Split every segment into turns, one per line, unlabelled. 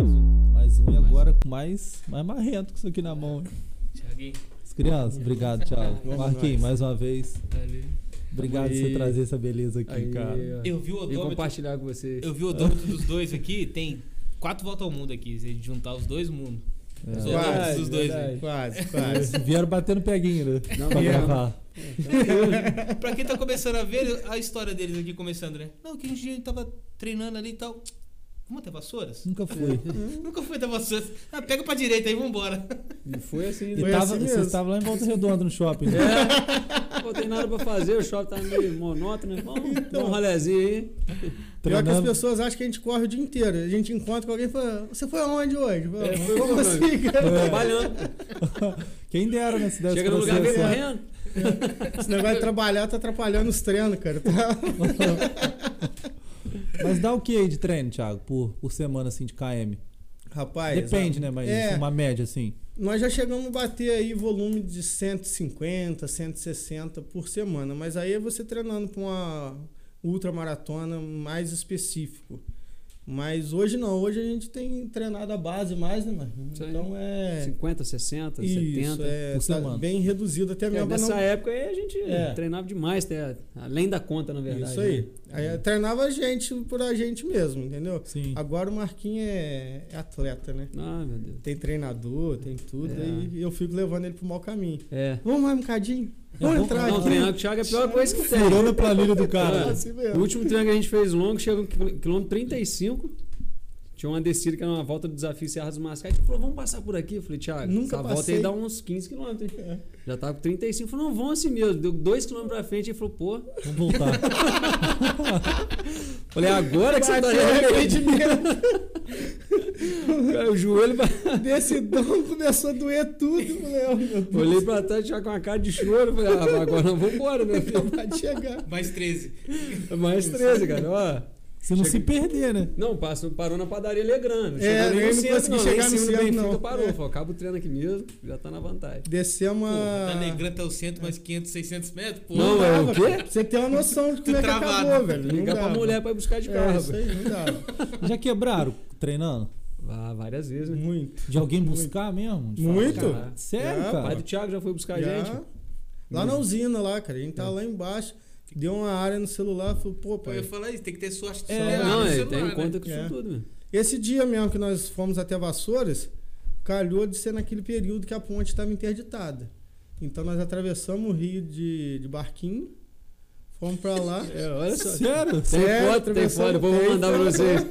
um mais, mais marrento com isso aqui na mão. hein?
Thiaguinho,
As crianças, obrigado, Thiago.
Vamos
Marquinhos,
nós.
mais uma vez,
valeu.
obrigado por você
aí.
trazer essa beleza aqui,
Aí,
cara.
ó.
Eu vi o
E
odômetro.
compartilhar com você.
Eu vi o odômetro dos dois aqui, tem quatro voltas ao mundo aqui. Se a gente juntar os dois mundos. Os
É.
odômetros
Verdade,
dos dois.
verdade.
né?
Quase, quase.
Vieram batendo peguinha, né?
Não,
pra
vieram.
gravar.
pra quem tá começando a ver a história deles aqui começando, né? Não, que a gente tava treinando ali e tal. Vamos até vassouras?
Nunca fui.
Uhum.
Nunca fui até vassouras. Ah, pega pra direita aí, vambora.
E foi assim,
E
né?
Foi
tava, você
assim mesmo.
estava lá em Volta Redonda no shopping. né?
É, não tem nada pra fazer, o shopping tá meio monótono, né? Vamos dar um rolezinho aí.
Pior que as
Treinando.
pessoas acham que a gente corre o dia inteiro. A gente encontra com alguém e fala, você foi aonde hoje?
É, foi
Como
aonde?
assim, cara?
Trabalhando.
Quem dera, né? Se desse
Chega
pra
no lugar,
você,
vem
assim,
correndo.
Esse negócio de trabalhar tá atrapalhando os treinos, cara. Tá-
Mas dá o que aí de treino, Thiago, por, por semana assim de KM?
Rapaz.
Depende, né? Mas
Ah, É.
uma média assim.
Nós já chegamos a bater aí volume de 150, 160 por semana, mas aí é você treinando para uma ultramaratona mais específico. Mas hoje não, hoje a gente tem treinado a base mais, né, mano?
Isso aí.
Então é
50, 60,
isso,
70.
é
por
tá
semana.
bem reduzido até
É,
mesmo pra
nessa
não
época aí a gente
É.
treinava demais, até além da conta, na verdade.
Isso aí.
né?
Aí eu treinava a gente por a gente mesmo, entendeu?
Sim.
Agora o Marquinhos é, é atleta, né?
Ah, meu Deus.
Tem treinador, tem tudo,
É.
e eu fico levando ele pro mau caminho.
É.
Vamos mais um bocadinho?
Não,
Vamos entrar
Não,
aqui.
treinar com o Thiago é a pior coisa que tem.
Furando a planilha do cara.
É, assim
O
mesmo.
último treino que a gente fez longo, chegou no quil- quilômetro 35. Tinha uma descida que era uma volta do desafio Serra dos Mascates. Ele falou, vamos passar por aqui. Eu falei, Thiago, essa
Nunca
volta
passei.
aí dá uns 15 quilômetros. hein? Já tava com 35. Falou, não, vão assim mesmo. Deu 2 quilômetros pra frente. Ele falou, pô.
Vamos voltar.
Falei, agora que você tá
Bateu arrependimento.
O joelho.
Desse dom começou a doer tudo, meu.
Olhei pra trás, já com uma cara de choro. Falei, ah, agora não vamos embora, meu filho. É
Pode chegar.
Mais 13.
Mais 13, cara. Ó.
Você não se perder, né?
Não, passou, parou na padaria Legrand. Não
É,
chegou nem
eu
no centro, não.
não consegui
Lá em
chegar no
cima do
centro,
Benfica
não.
parou.
É.
Falou, acaba o treino aqui mesmo, já tá na vantagem.
Descer uma.
Tá negrando até o centro, mais 500, 600 metros, pô.
Ah. Não, é o
dava,
quê?
pra Você tem uma noção de como é que
Travado.
acabou, velho. Não
Ligar pra
dava.
mulher pra ir buscar de
É,
carro.
isso aí, não dava.
Já quebraram treinando?
ah, várias vezes, né?
Muito.
De alguém buscar mesmo? De
Muito?
falar, "Cara, Sério,
É,
O pai
cara?
do Thiago já foi buscar a
Já.
gente.
Lá
Hum.
na usina, lá, cara. A gente tava lá embaixo. Deu uma área no celular, falou, pô,
É. Eu ia
pai,
falar isso, tem que ter sorte de
É,
celular,
não,
né?
é,
Celular,
tem
né?
conta com isso
É.
tudo, meu.
Esse dia mesmo que nós fomos até Vassouras, calhou de ser naquele período que a ponte estava interditada. Então nós atravessamos o rio de, de barquinho, fomos pra lá,
É, olha só.
Sério?
Tem
Sério,
foto, tem
atravessamos
foto. Eu vou
o
mandar pra
tempo.
vocês. A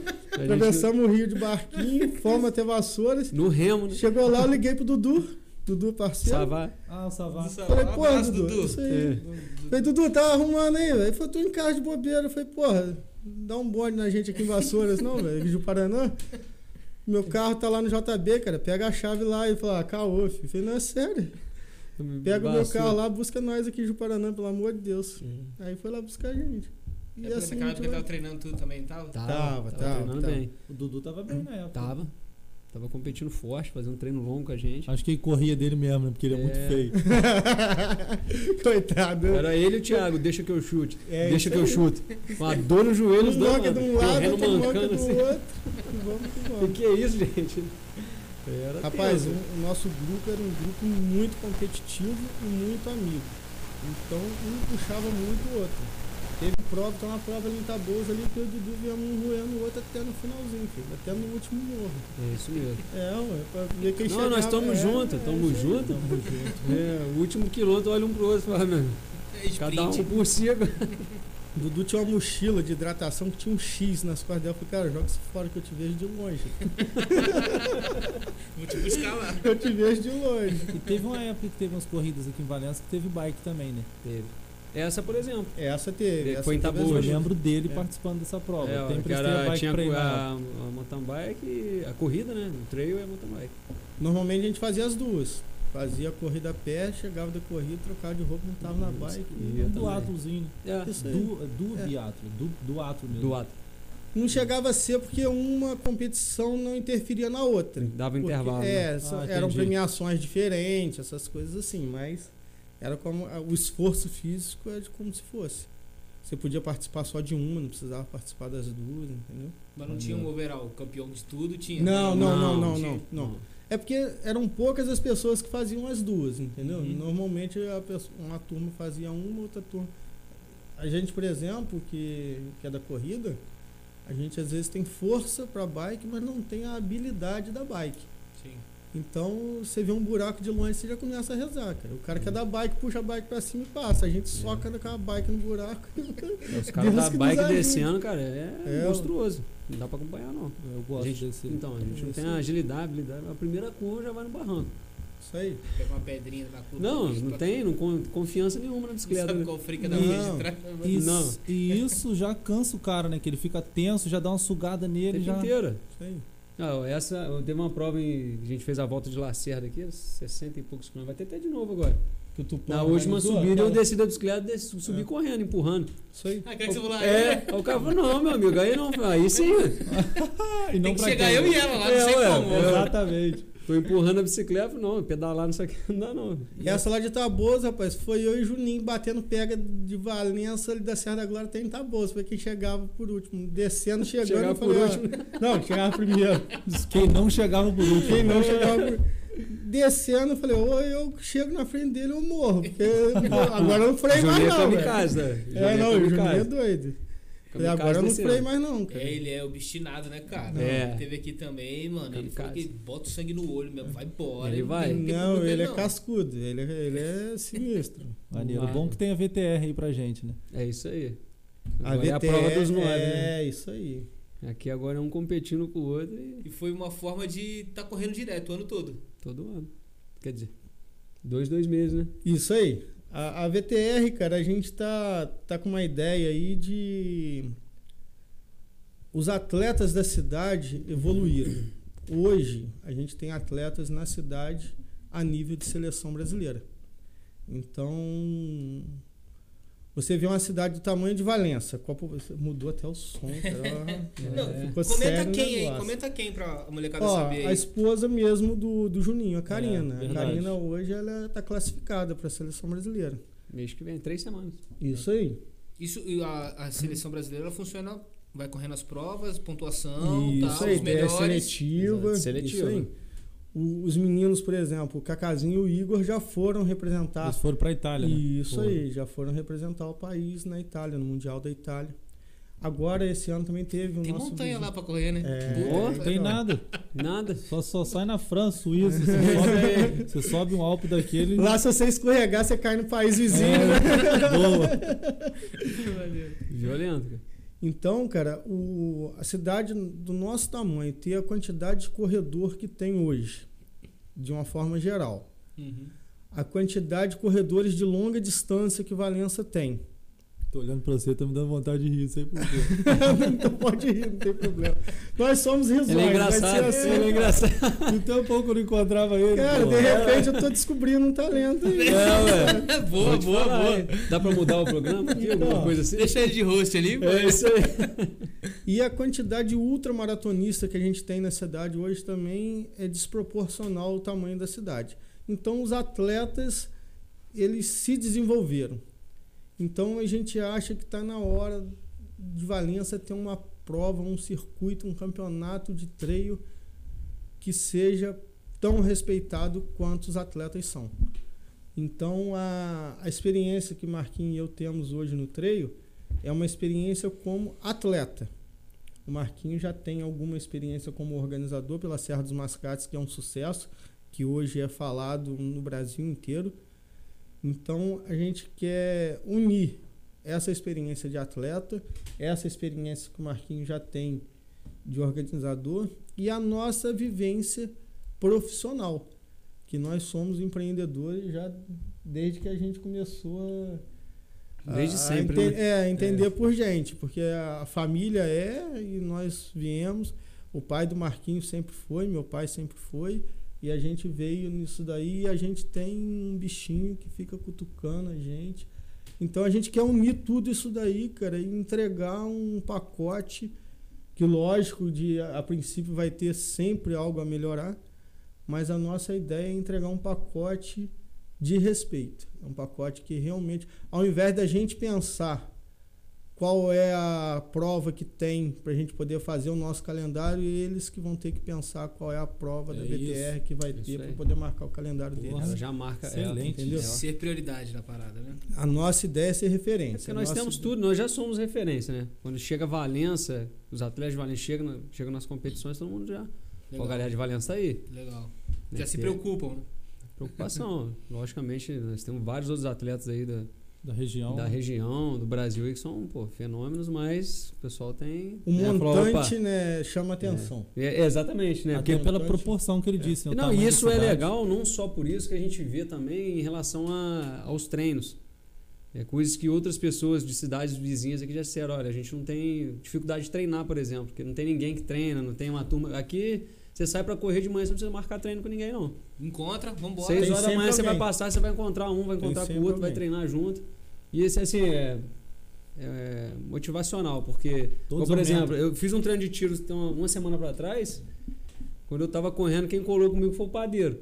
gente-
atravessamos o rio de barquinho, fomos até Vassouras.
no remo, né?
Chegou lá, eu liguei pro Dudu, Dudu parceiro.
Savar.
Ah, o Savar.
Do celular.
Falei, porra,
um Abraço,
Dudu,
Dudu. É
isso aí. Falei, Dudu, tá arrumando aí, velho. Ele falou, tô em casa de bobeira. Eu falei, porra, dá um bonde na gente aqui em Vassouras, não, velho, de Paraná. Meu carro tá lá no JB, cara. Pega a chave lá e fala, ah, caô, filho. Eu falei, não, é sério. Pega o meu
Basura.
carro lá, busca nós aqui em Paraná, pelo amor de Deus. Aí foi lá buscar a gente.
É
E
porque
assim.
naquela
a
época que
né?
gente
eu tava
vai-
treinando tudo também, tava?
Tava,
Tava,
tava
tava,
treinando
tava.
bem.
O Dudu tava bem na época.
Tava. Tava competindo forte, fazendo treino longo com a gente.
Acho que ele corria dele mesmo, né? Porque ele é, muito
É.
feio.
Coitado.
Era ele e o Thiago, deixa que eu chute.
É,
deixa
isso
que eu
aí.
chuto. Com a dor no joelho, os
Um
dois.
loca de um
mano,
lado,
correndo,
outro loca
mancando,
do
assim.
outro. E Vamos que
O
vamos.
que é isso, gente? Era
Rapaz, o,
tenso. né?
o nosso grupo era um grupo muito competitivo e muito amigo. Então, um puxava muito o outro. Teve prova, então uma prova ali em Taboas ali, que eu e o Dudu viemos um roendo o outro até no finalzinho, filho, até no último morro.
É isso mesmo.
É, ué, pra ver quem
Não, nós
chegava,
estamos
é,
juntos,
é,
estamos
isso aí.
juntos. É, o último quilômetro olha um pro outro e fala, meu,
É sprint.
cada um por si.
Dudu tinha uma mochila de hidratação que tinha um X nas costas dela. Eu falei, cara, joga isso fora que eu te vejo de longe.
um.
Vou te buscar lá.
Eu te vejo de longe.
E teve uma época que teve umas corridas aqui em Valença que teve bike também, né?
Teve. Essa, por exemplo.
Essa teve. essa
Foi em
teve
Taboas.
Eu
as duas.
lembro dele
É.
participando dessa prova.
É,
Eu até
ó, que
emprestei a
era,
bike
tinha
pra ele. na época.
a, a mountain bike, e a corrida, né? O trail e a mountain bike.
Normalmente a gente fazia as duas. Fazia a corrida a pé, chegava da corrida, trocava de roupa, montava na
Isso.
bike.
E eu
Um
também.
duatozinho, né?
É,
Isso aí.
Do, do
É.
biatlo, do, do atlo mesmo.
do ato.
Não chegava a ser porque uma competição não interferia na outra.
Dava
Porque,
intervalo. né?
é, só- eram
entendi.
premiações diferentes, essas coisas assim, mas era como o esforço físico é de como se fosse. Você podia participar só de uma, não precisava participar das duas, entendeu?
Mas não tinha um overall campeão de tudo, tinha.
Não, não, não,
Não,
não, não,
gente.
não. É porque eram poucas as pessoas que faziam as duas, entendeu?
Uhum.
Normalmente a pesso- uma turma fazia uma, outra turma. A gente, por exemplo, que, que é da corrida, a gente às vezes tem força para bike, mas não tem a habilidade da bike.
Sim.
Então você vê um buraco de longe, você já começa a rezar, cara. O cara que é da bike puxa a bike pra cima e passa. A gente soca com a bike no buraco.
É, Os caras da
Deus que nos
bike
ajude.
descendo, cara, é,
É, ó.
monstruoso. Não dá pra acompanhar, não.
Eu gosto
Gente,
desse.
Então, a gente não tem
Sim.
agilidade, habilidade. A primeira curva já vai no barranco.
Isso aí.
Pega uma pedrinha na curva.
Não,
puxa
não
pra-
tem, não con- confiança nenhuma na bicicleta.
Sabe
né?
qual frica da
Não.
frente de trás?
Isso,
Não.
E isso já cansa o cara, né? Que ele fica tenso, já dá uma sugada nele,
Tempo
já.
inteira.
Isso aí.
Não, essa, eu teve uma prova em. A gente fez a volta de Lacerda aqui, 60 e poucos quilômetros. Vai ter até de novo agora.
Que o Tupã
Na última
organizou,
subida, eu
aquela-
desci da bicicleta, desci, subi
É.
correndo, empurrando.
Isso aí.
Ah, quer que você falou? ah,
é,
é.
aí o cara falou, não, meu amigo, aí não. Aí sim,
E não
Tem que
pra
chegar
quem?
eu e ela lá, não
É,
sei
ué,
como.
Exatamente.
tô empurrando a bicicleta, falei, não, pedalar não sei o que, não dá não.
E essa lá de Taboas, rapaz, foi eu e Juninho batendo pega de Valença ali da Serra da Glória até em Taboas. Foi quem chegava por último. Descendo, chegando.
Chegava
eu
por
falei, "Ah, ó,
último.
Não, chegava primeiro.
Quem não chegava por último.
Quem não chegava por... Descendo, eu falei, ou eu chego na frente dele ou eu morro. Porque agora eu não freio mais
Julieta
não,
é
velho.
kamikaze, né?
É, não, o
Julieta
Juninho é
kamikaze.
doido. Falei,
Kamikaze tá
agora eu não
desse
freio
ano.
mais não, cara.
É, ele é obstinado, né, cara?
É.
Ele Teve aqui também, mano. Ele falou que
Kamikaze.
bota o sangue no olho mesmo, vai embora.
Ele vai.
tem- tem
Não,
problema,
ele é
não.
cascudo, ele é, ele é sinistro.
Maneiro.
Vai.
Bom que tem a VTR aí pra gente, né?
É isso aí.
A
Agora é a
VTE
prova dos nove, né?
é isso aí.
Aqui agora é um competindo com o outro e
E foi uma forma de tá correndo direto o ano todo.
todo ano. Quer dizer, dois, dois meses, né?
Isso aí. A, a VTR, cara, a gente tá, tá com uma ideia aí de. Os atletas da cidade evoluíram. Hoje, a gente tem atletas na cidade a nível de seleção brasileira. Então. Você vê uma cidade do tamanho de Valença. qual po- Mudou até o som, cara.
Não,
É, ficou sério
comenta
o
quem aí,
negócio.
comenta quem pra molecada
Ó,
saber
a
Tá aí.
esposa mesmo do, do Juninho, a Karina. a
verdade.
Karina hoje ela tá classificada para a seleção brasileira. Tá.
Mês que vem, três semanas.
Isso aí.
Isso, e a, a seleção brasileira ela funciona, vai correndo as provas, pontuação,
isso
tá,
aí,
os
tem a
melhores.
seletiva.
Exato, seletiva.
Isso aí. O- os meninos, por exemplo, o Cacazinho e o Igor já foram representar.
Eles foram pra Itália, né?
Isso
Foram.
aí, já foram representar o país na Itália, no Mundial da Itália. Agora, esse ano também teve o
Tem
nosso.
montanha
vizinho-
lá pra correr, né?
É.
Puta,
Não tem nada.
Nada.
Só, só sai na França, Suíça. Você sobe, você sobe um Alpe daquele.
Lá, se você escorregar, você cai no país vizinho.
É, boa.
Violento, cara.
Então, cara, o- a cidade do nosso tamanho ter a quantidade de corredor que tem hoje, de uma forma geral,
Uhum.
a quantidade de corredores de longa distância que Valença tem.
Tô olhando pra você, tá me dando vontade de rir, sei por quê.
então pode rir, não tem problema. Nós somos risonhos,
Ele é engraçado.
vai ser
Ele é
assim.
engraçado.
Então pouco eu não encontrava ele.
Cara,
pô.
de repente eu tô descobrindo um talento aí.
É, ué.
boa,
Vou te
boa,
falar,
boa.
hein? Dá pra mudar o programa aqui? Alguma
Então.
coisa assim?
Deixa ele de host ali,
É isso aí.
E a quantidade de ultramaratonista que a gente tem na cidade hoje também é desproporcional ao tamanho da cidade. Então os atletas eles se desenvolveram. Então a gente acha que está na hora de Valença ter uma prova, um circuito, um campeonato de treino que seja tão respeitado quanto os atletas são. Então a, a experiência que Marquinhos e eu temos hoje no treino é uma experiência como atleta. O Marquinhos já tem alguma experiência como organizador pela Serra dos Mascates, que é um sucesso, que hoje é falado no Brasil inteiro. Então a gente quer unir essa experiência de atleta, essa experiência que o Marquinhos já tem de organizador e a nossa vivência profissional, que nós somos empreendedores já desde que a gente começou a,
Desde
a
sempre,
ente-
né?
é, a entender por gente, porque a família é e nós viemos, o pai do Marquinhos sempre foi, meu pai sempre foi, e a gente veio nisso daí e a gente tem um bichinho que fica cutucando a gente. Então a gente quer unir tudo isso daí, cara, e entregar um pacote que, lógico, de, a a princípio vai ter sempre algo a melhorar, mas a nossa ideia é entregar um pacote de respeito. É um pacote que realmente, ao invés da gente pensar qual é a prova que tem para a gente poder fazer o nosso calendário e eles que vão ter que pensar qual é a prova da
É
BTR que vai
isso
ter
aí.
para poder marcar o calendário
Porra.
deles.
Ela já marca ela,
Excelente.
entendeu?
Entendeu?
Ser prioridade na parada, né?
A nossa ideia é ser
É
referência.
porque nós
A nossa
temos tudo, nós já somos referência, né? Quando chega Valença, os atletas de Valença chegam, na- chegam nas competições, todo mundo já. Ó, a
Legal.
galera de Valença tá aí.
Legal.
né?
Já se
Que é
preocupam, né?
Preocupação. Logicamente, nós temos vários outros atletas aí da,
Da região.
da região, do Brasil, aí que são, pô, fenômenos, mas o pessoal tem.
O
né, falou, opa,
montante, né, chama atenção. tá
É, exatamente, né?
Até
Porque-
pela
importante.
proporção que ele disse. né, o
Não,
tamanho
e
da
isso é
cidade.
legal, não só por isso que a gente vê também em relação a- aos treinos. É coisas que outras pessoas de cidades vizinhas aqui já disseram, olha, a gente não tem dificuldade de treinar, por exemplo, porque não tem ninguém que treina, não tem uma turma. Aqui você sai pra correr de manhã, você não precisa marcar treino com ninguém, não.
Encontra, vambora.
Seis
Tem
horas da manhã
sempre
você vai
alguém.
passar, você vai encontrar um, vai
Tem
encontrar com o
sempre
outro, vai
alguém.
treinar junto. E esse, assim, é, é motivacional, porque,
Todos
ou, por
aumentam.
exemplo, eu fiz um treino de tiros então, uma semana pra trás, quando eu tava correndo, quem colou comigo foi o padeiro.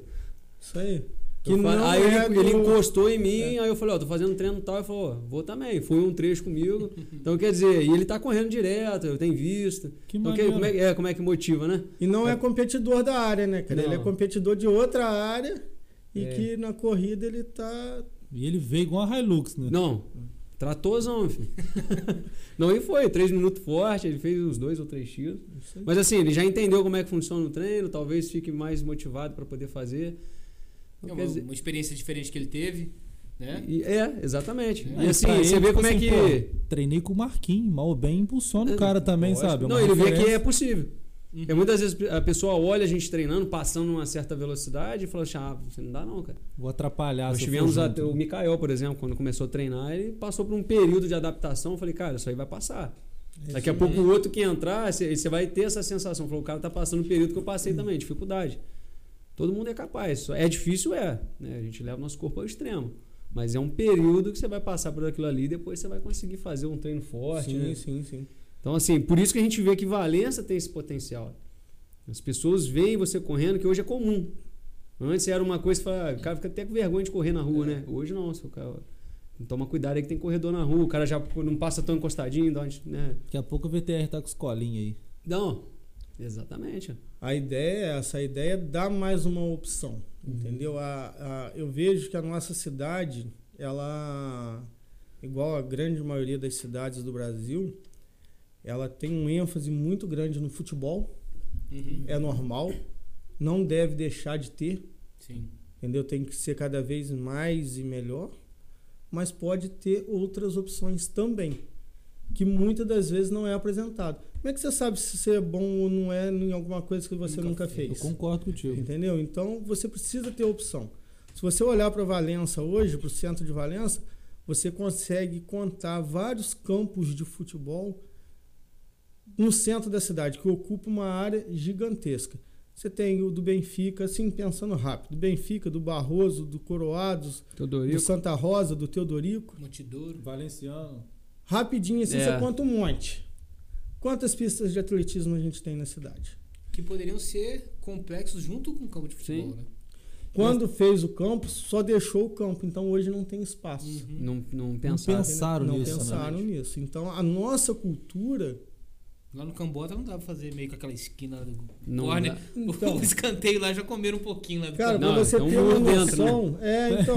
Isso aí.
Que não É. aí
é
ele, ele
do- É.
encostou em mim, aí eu falei, ó, tô fazendo um treino tal, ele falou, ó, vou também. Foi um trecho comigo. Então, quer dizer, e ele tá correndo direto, eu tenho visto.
Que
Então, que-
maneiro.
como, é, é, como é que motiva, né?
E não é competidor da área, né, cara? Ele é
Não.
competidor de outra área e
É.
que na corrida ele tá.
E ele veio igual a Hilux, né?
Não, tratozão, filho. Não, e foi, três minutos forte, ele fez uns dois ou três tiros.
Isso aí.
Mas assim, ele já entendeu como é que funciona o treino, talvez fique mais motivado pra poder fazer.
É
Então,
uma,
quer dizer,
uma experiência diferente que ele teve, né?
e- é, exatamente.
É,
E
Aí,
assim,
pra
você
ele,
vê
tipo
como é
assim,
que.
pô, treinei com o Marquinhos, mal ou bem impulsiona o cara também,
Lógico.
sabe? É uma
Não, ele vê que é
referência.
possível.
Uhum.
É, muitas vezes a pessoa olha a gente treinando, passando uma certa velocidade e fala assim, ah, você não dá não, cara.
Vou atrapalhar.
Nós
se eu for
tivemos
junto.
até o Mikael, por exemplo, quando começou a treinar, ele passou por um período de adaptação. Eu falei, cara, isso aí vai passar. Daqui a pouco o outro que entrar, você você vai ter essa sensação. Falou, o cara tá passando o período que eu passei também, dificuldade. Todo mundo é capaz. Só- É difícil, é. né? A gente leva o nosso corpo ao extremo. Mas é um período que você vai passar por aquilo ali e depois você vai conseguir fazer um treino forte.
sim,
né?
sim, sim.
Então, assim, por isso que a gente vê que Valença tem esse potencial. As pessoas veem você correndo, que hoje é comum. Antes era uma coisa que fala, "Ah, o cara fica até com vergonha de correr na rua,
É.
né? Hoje não, se o cara. Toma cuidado aí que tem corredor na rua, o cara já não passa tão encostadinho, dá uma- né?
Daqui a pouco o VTR tá com os colinhos aí.
Não. Exatamente.
A ideia é essa, a ideia é dar mais uma opção,
Uhum.
entendeu? A, a- eu vejo que a nossa cidade, ela, igual a grande maioria das cidades do Brasil, ela tem um ênfase muito grande no futebol,
Uhum.
é normal, não deve deixar de ter,
Sim.
entendeu? Tem que ser cada vez mais e melhor, mas pode ter outras opções também, que muitas das vezes não é apresentado. Como é que você sabe se você é bom ou não é em alguma coisa que você
Nunca
nunca,
fez.
Eu
fez?
concordo contigo.
Entendeu? Então você precisa ter opção. Se você olhar para Valença hoje, para o centro de Valença, você consegue contar vários campos de futebol no centro da cidade, que ocupa uma área gigantesca. Você tem o do Benfica, assim, pensando rápido: do Benfica, do Barroso, do Coroados, do
Teodorico.
Santa Rosa, do Teodorico.
Montedouro.
Valenciano.
Rapidinho, assim,
É.
você conta um monte. Quantas pistas de atletismo a gente tem na cidade?
Que poderiam ser complexos junto com o campo de futebol,
Sim.
né?
Quando fez o campo, só deixou o campo, então hoje não tem espaço.
Uhum.
Não, não pensaram.
pensa- Pensaram
não
nisso, né?
pensaram nisso. Então a nossa cultura.
Lá no Cambota não dá pra fazer meio com aquela esquina do
Não
Corner.
dá.
Então,
o escanteio lá já comeram um pouquinho lá do
cara,
Não,
pra você
então
ter uma
mundo dentro,
noção. É, então.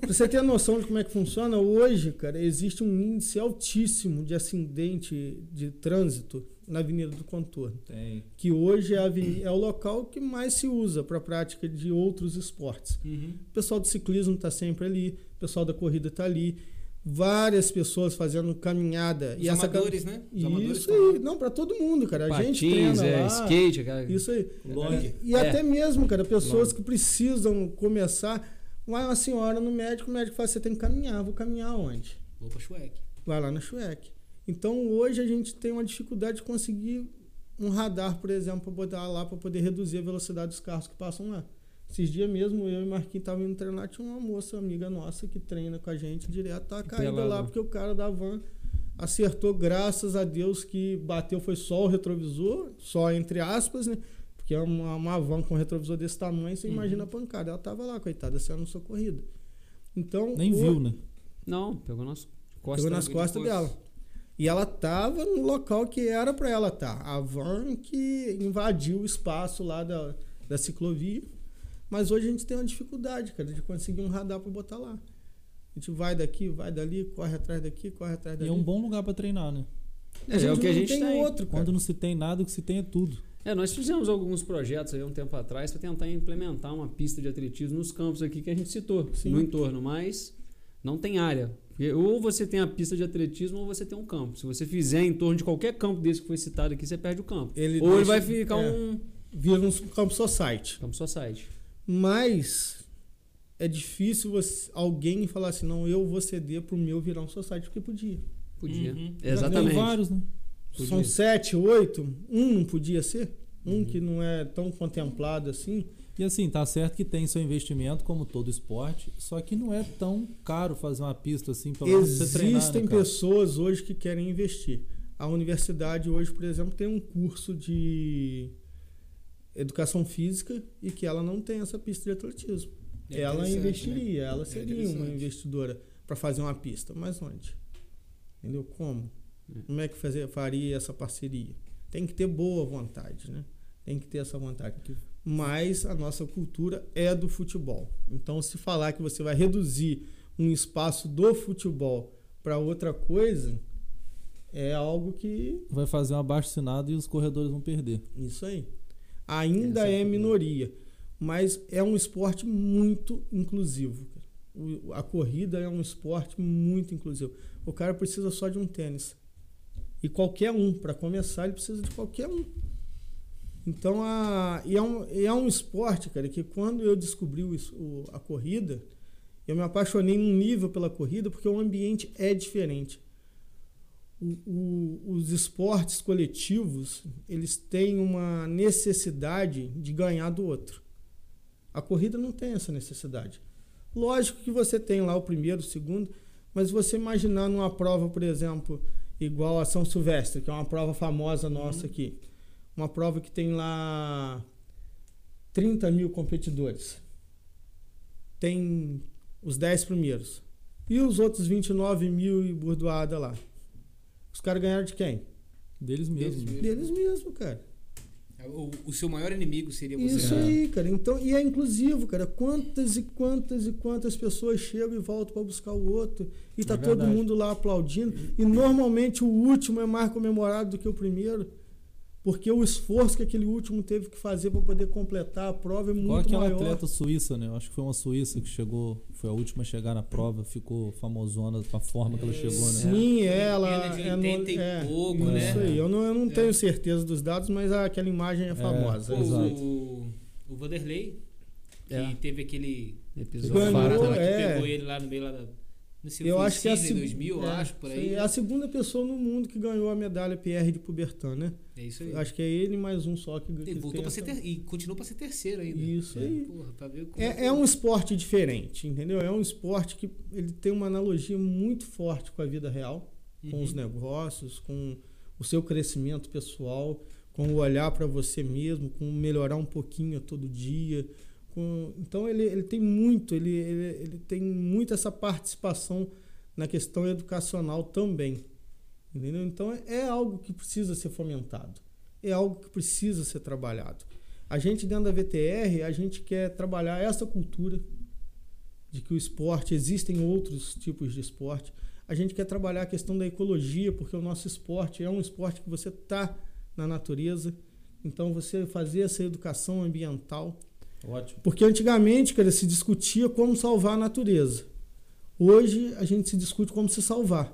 pra você ter a noção de como é que funciona, hoje, cara, existe um índice altíssimo de acidente de trânsito na Avenida do Contorno.
Tem.
Que hoje é, a aveni- é o local que mais se usa para a prática de outros esportes.
Uhum.
O pessoal do ciclismo está sempre ali, o pessoal da corrida está ali, várias pessoas fazendo caminhada.
Os
essa cam-
amadores, né? Os amadores
Isso
estão lá.
aí, não, para todo mundo, cara. A gente
Patins,
treina
é,
lá.
skate, aquela...
Isso aí.
Long.
E, e
É.
até mesmo, cara, pessoas que precisam começar. Vai uma senhora no médico, o médico fala: você tem que caminhar, vou caminhar onde?
Vou pra Chueque.
Vai lá na Shrek. Então hoje a gente tem uma dificuldade de conseguir um radar, por exemplo, para botar lá para poder reduzir a velocidade dos carros que passam lá. Esses dias mesmo, eu e Marquinhos tava indo treinar, tinha uma moça, amiga nossa, que treina com a gente direto, tá caída
Pelada.
lá, porque o cara da van acertou, graças a Deus, que bateu, foi só o retrovisor, só entre aspas, né? Porque é uma, uma van com um retrovisor desse tamanho, você
Uhum.
imagina a pancada. Ela tava lá, coitada, sendo socorrida. Então.
Nem
o-
viu, né?
É Não, pegou nas costas.
Pegou nas
de costas.
costas dela. E ela tava no local que era para ela estar. A van que invadiu o espaço lá da, da ciclovia. Mas hoje a gente tem uma dificuldade, cara, de conseguir um radar para botar lá. A gente vai daqui, vai dali, corre atrás daqui, corre atrás
E
dali.
é um bom lugar pra treinar, né?
É, é o que a
não
gente tem.
outro, cara.
Quando não se tem nada, o que se tem é tudo.
É, nós fizemos alguns projetos aí um tempo atrás para tentar implementar uma pista de atletismo nos campos aqui que a gente citou,
Sim.
no entorno, mas não tem área. Porque ou você tem a pista de atletismo ou você tem um campo. Se você fizer em torno de qualquer campo desse que foi citado aqui, você perde o campo.
Ele
ou ele
deixa-
vai ficar
é,
um
Vira um campo society.
campo só site.
Mas é difícil você- alguém falar assim, não, eu vou ceder pro meu virar um society, porque podia.
Podia.
Uhum.
Tem
Exatamente.
um
vários, né?
Podia.
São sete, oito, um não podia ser? Um que não é tão contemplado assim.
E assim, tá certo que tem seu investimento, como todo esporte, só que não é tão caro fazer uma pista assim, pelo menos pra você treinar. né,
Existem
cara?
pessoas hoje que querem investir. A universidade hoje, por exemplo, tem um curso de educação física e que ela não tem essa pista de atletismo.
É
ela
interessante,
investiria, ela
É
seria uma
interessante.
investidora para fazer uma pista, mas onde? Entendeu? Como?
É.
Como é que fazer, faria essa parceria? Tem que ter boa vontade, né? Tem que ter essa vontade. Mas a nossa cultura é do futebol. Então, se falar que você vai reduzir um espaço do futebol para outra coisa, é algo que.
Vai fazer um abaixo-assinado e os corredores vão perder.
Isso aí. Ainda
Essa é a
é
cultura.
minoria, mas é um esporte muito inclusivo. cara. O- A corrida é um esporte muito inclusivo. O cara precisa só de um tênis. E qualquer um, para começar, ele precisa de qualquer um. Então, a, e é, um, e é um esporte, cara, que quando eu descobri o es- o- a corrida, eu me apaixonei num nível pela corrida, porque o ambiente é diferente. O- o- os esportes coletivos, eles têm uma necessidade de ganhar do outro. A corrida não tem essa necessidade. Lógico que você tem lá o primeiro, o segundo, mas você imaginar numa prova, por exemplo, igual a São Silvestre, que é uma prova famosa nossa aqui, uma prova que tem lá 30 mil competidores. Tem os 10 primeiros. E os outros 29 mil e burdoada lá. Os caras ganharam de quem?
Deles mesmos. né?
mesmos.
Deles mesmo, cara.
É, O, o seu maior inimigo seria você.
Isso
né?
aí, cara. Então, e é inclusivo, cara. Quantas e quantas e quantas pessoas chegam e voltam para buscar o outro e tá
É
todo
verdade.
mundo lá aplaudindo. E normalmente o último é mais comemorado do que o primeiro, porque o esforço que aquele último teve que fazer para poder completar a prova é
Igual
muito
aquela
maior.
atleta suíça, né? Eu acho que foi uma suíça que chegou, foi a última a chegar na prova, ficou famosona com a forma que ela chegou, né?
Sim, é, ela
Olimpíada de
é no-
80 e
é,
pouco,
isso
né?
aí. Eu não, eu não
É.
tenho certeza dos dados, mas aquela imagem é famosa.
Pois
Exato.
O, o Vanderlei, que
É.
teve aquele
Episódio.
Ganhou,
varada lá que
é.
pegou ele lá no meio lá da. Não sei,
Eu
foi
acho que é a
Sydney
seg-
2000, eu
é,
acho, por
isso aí.
aí.
É a segunda pessoa no mundo que ganhou a medalha PR de Coubertin, né?
É isso aí.
Acho que é ele e mais um só que
E
ganhou.
voltou pra ser ter- né? e continuou pra ser terceiro ainda.
Isso aí.
Porra, pra ver como
É, é um esporte diferente, entendeu? É um esporte que ele tem uma analogia muito forte com a vida real, com os
Uhum.
negócios, com o seu crescimento pessoal, com o olhar para você mesmo, com melhorar um pouquinho a todo dia. com- Então ele, ele tem muito, ele, ele, ele tem muito essa participação na questão educacional também, entendeu? Então é- é algo que precisa ser fomentado, é algo que precisa ser trabalhado. A gente dentro da VTR, a gente quer trabalhar essa cultura de que o esporte, existem outros tipos de esporte. A gente quer trabalhar a questão da ecologia, porque o nosso esporte é um esporte que você está na natureza. Então você fazer essa educação ambiental.
Ótimo.
Porque antigamente, cara, se discutia como salvar a natureza. Hoje a gente se discute como se salvar.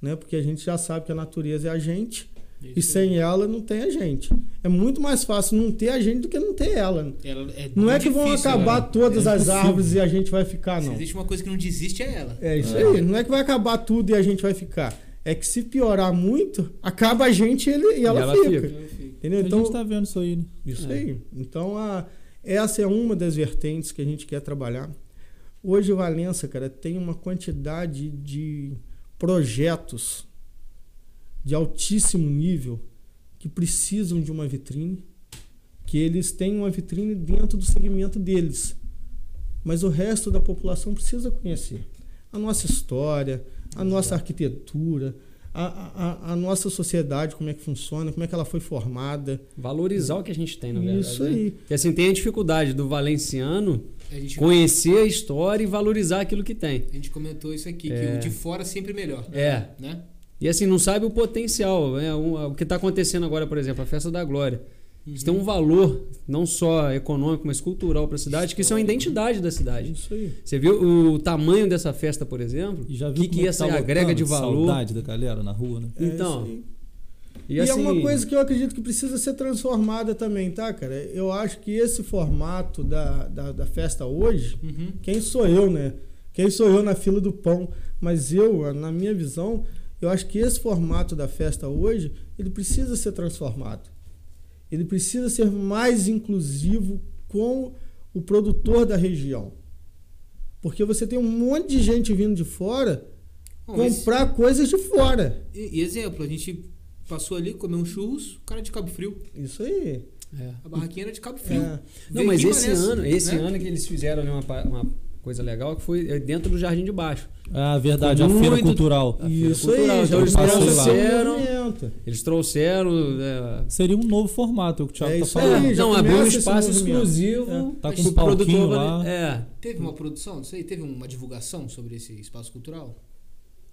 Né? Porque a gente já sabe que a natureza é a gente
Isso
e sem ela não tem a gente. É muito mais fácil não ter a gente do que não ter ela.
Ela é
Não é
muito
que vão
difícil,
acabar
cara.
todas
É
as
impossível.
árvores e a gente vai ficar,
Se
não.
existe uma coisa que não desiste, é ela.
É isso aí. Não é que vai acabar tudo e a gente vai ficar. É que se piorar muito, acaba a gente e, ele- e ela,
ela
fica.
fica.
Entendeu?
a
Então,
gente tá vendo isso aí, né?
isso
É.
aí. Então, a- essa é uma das vertentes que a gente quer trabalhar. Hoje, Valença, cara, tem uma quantidade de projetos de altíssimo nível que precisam de uma vitrine, que eles têm uma vitrine dentro do segmento deles. Mas o resto da população precisa conhecer a nossa história, a nossa arquitetura, a, a- a nossa sociedade, como é que funciona, como é que ela foi formada.
Valorizar o que a gente tem, na verdade.
Isso
né?
aí.
E assim, tem a dificuldade do valenciano
A gente,
conhecer a história e valorizar aquilo que tem.
a gente comentou isso aqui,
É.
que o de fora é sempre melhor.
É.
Né?
E assim, não sabe o potencial. né? Um- o que está acontecendo agora, por exemplo, a Festa da Glória. Isso
Uhum.
tem um valor, não só econômico, mas cultural para a cidade, que isso é uma identidade da cidade.
Isso aí.
Você viu o tamanho dessa festa, por exemplo?
E já
O
viu
que,
como
que
é
essa
tá
agrega
lotando?
de valor?
Saudade da galera na rua, né?
É
Então,
isso aí.
E,
E,
assim,
é uma coisa que eu acredito que precisa ser transformada também, tá, cara? Eu acho que esse formato da, da, da festa hoje,
Uhum.
quem sou eu, né? Quem sou eu na fila do pão? Mas eu, na minha visão, eu acho que esse formato da festa hoje, ele precisa ser transformado. Ele precisa ser mais inclusivo com o produtor da região. Porque você tem um monte de gente vindo de fora
Bom, esse-
comprar coisas de fora.
e, e exemplo, a gente passou ali, comeu um churros, o cara de Cabo Frio.
Isso aí.
É.
A barraquinha era de Cabo Frio.
É.
Não,
Veio
mas
aqui,
esse
parece,
ano, esse
né?
ano que eles fizeram ali uma, pa- uma coisa legal que foi eh, dentro do Jardim de Baixo.
Ah, verdade, a
Muito-
feira cultural.
A feira
Isso
cultural,
aí, já
então eles
passou lá.
trouxeram,
movimento.
eles trouxeram eh,
Seria um novo formato, é o que o Thiago
É
tá
isso aí.
falando.
já
não,
começa
abriu um
esse
espaço
movimento. É.
exclusivo.
Tá com
pro
um palquinho
produtor
lá.
vale- É.
Teve uma produção, não sei, teve uma divulgação sobre esse espaço cultural?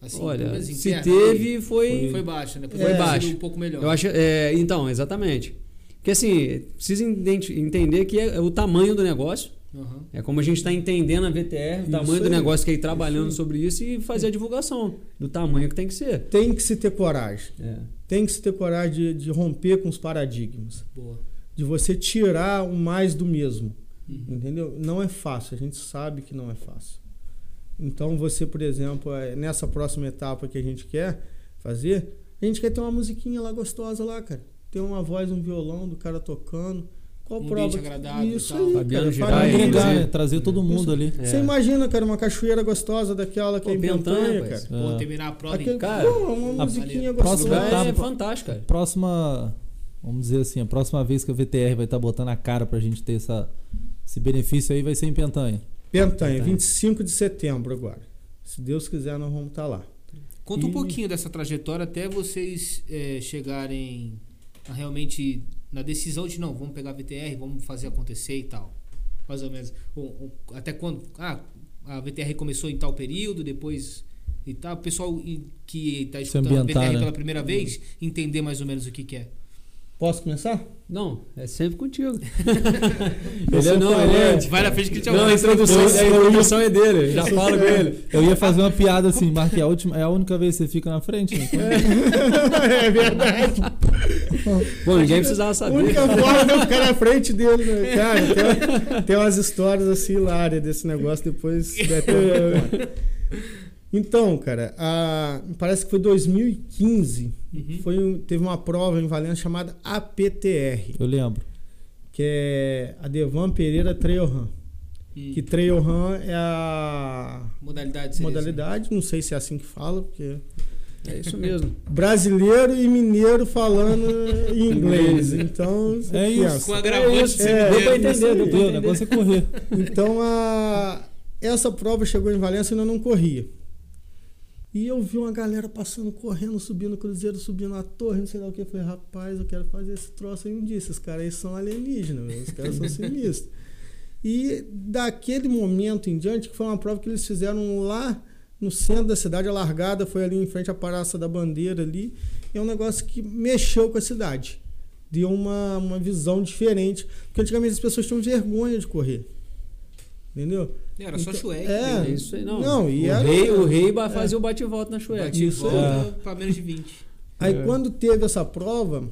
Assim, pelo
Olha,
menos
se
interna,
teve,
Foi,
foi.
foi baixa, né? Foi
É.
um pouco melhor.
Eu acho. é, então, exatamente. Porque assim, precisa identi- entender que é o tamanho do negócio.
Aham.
É como a gente está entendendo a VTR, o
Isso
tamanho do
aí.
negócio que é ir trabalhando sobre isso e fazer a divulgação do tamanho que tem que ser.
Tem que se ter coragem.
É.
Tem que se ter coragem de, de romper com os paradigmas.
Boa.
De você tirar o mais do mesmo.
Uhum.
Entendeu? Não é fácil, a gente sabe que não é fácil. Então, você, por exemplo, eh, nessa próxima etapa que a gente quer fazer, a gente quer ter uma musiquinha lá gostosa lá, cara. Ter uma voz, um violão do cara tocando. Qual
Um
prova?
ambiente agradável e
Isso
tal.
aí,
Fabiano
cara,
Girai,
família.
inclusive.
Agregar, né? Trazer todo mundo ali.
Você
É.
imagina, cara, uma cachoeira gostosa daquela que
Pô,
é em
Pentã,
Pentanha,
rapaz.
cara.
Pô,
É.
terminar a prova
Aquele,
em
cara,
pô, uma
a-
musiquinha
O
Esse
gostosa.
próximo
lugar é
etapa-
fantástico, cara.
Próxima, vamos dizer assim, a próxima vez que a VTR vai estar botando a cara pra gente ter essa, esse benefício aí vai ser em Pentanha.
Pentanha,
Pentanha.
25 de setembro agora. Se Deus quiser, nós vamos estar lá.
Conta um
E-
pouquinho dessa trajetória até vocês eh, chegarem a realmente na decisão de não, vamos pegar a VTR, vamos fazer acontecer e tal. Mais ou menos. Ou- ou até quando? Ah, a VTR começou em tal período, depois e tal. O pessoal e- que está escutando a
ambientar,
VTR
né?
pela primeira vez entender mais ou menos o que, que é.
Posso começar?
Não, é sempre contigo.
Você
ele não,
falou,
ele é-
é.
Vai na frente que te
Não, a introdução, a introdução é dele, já falo com ele.
Eu ia fazer uma piada assim, Mark, é a, última, é a única vez que você fica na frente? Né?
é verdade.
Bom, ninguém precisava
A
saber.
única forma é ficar na frente dele, né? Cara, tem, tem umas histórias assim hilárias desse negócio depois. vai ter- Então, cara, a- parece que foi 2015.
Uhum.
Foi um- teve uma prova em Valença chamada APTR,
Eu lembro.
que é a Devan Pereira Trail Run. Que Trail Run é a
modalidade seria
modalidade, não sei se é assim que fala, porque
É isso mesmo.
brasileiro e mineiro falando em inglês. Então, você
É isso.
essa? Com
pensa.
agravante de ser
É, deu
mineiro.
pra entender.
Entendeu?
isso aí.
entendeu? O negócio é correr.
Então, a- essa prova chegou em Valença e ainda não corria. E eu vi uma galera passando, correndo, subindo o cruzeiro, subindo a torre, não sei lá o que. Eu falei, rapaz, eu quero fazer esse troço aí um dia. Esses caras aí são alienígenas, meu. Os caras são sinistros. E daquele momento em diante, que foi uma prova que eles fizeram lá no centro da cidade, a largada foi ali em frente à Praça da Bandeira ali. E é um negócio que mexeu com a cidade. Deu uma, uma visão diferente. Porque antigamente as pessoas tinham vergonha de correr. Entendeu?
Era só
Então,
Chueque.
é.
né?
É isso aí, não.
Não, e
o,
era-
rei, o rei
É.
vai fazer o bate-volta na chueca.
Bate e
Isso é
volta pra menos de 20.
Aí
É.
quando teve essa prova,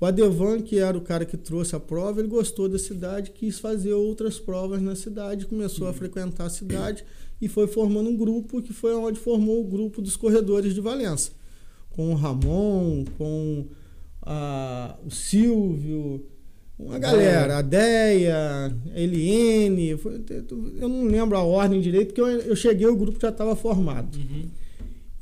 o Adevan, que era o cara que trouxe a prova, ele gostou da cidade, quis fazer outras provas na cidade, começou a frequentar a cidade e foi formando um grupo que foi onde formou o grupo dos corredores de Valença. Com o Ramon, com a- o Silvio, uma galera, a Deia, a Eliene, foi- eu não lembro a ordem direito, porque eu, eu cheguei o grupo já estava formado.
Uhum.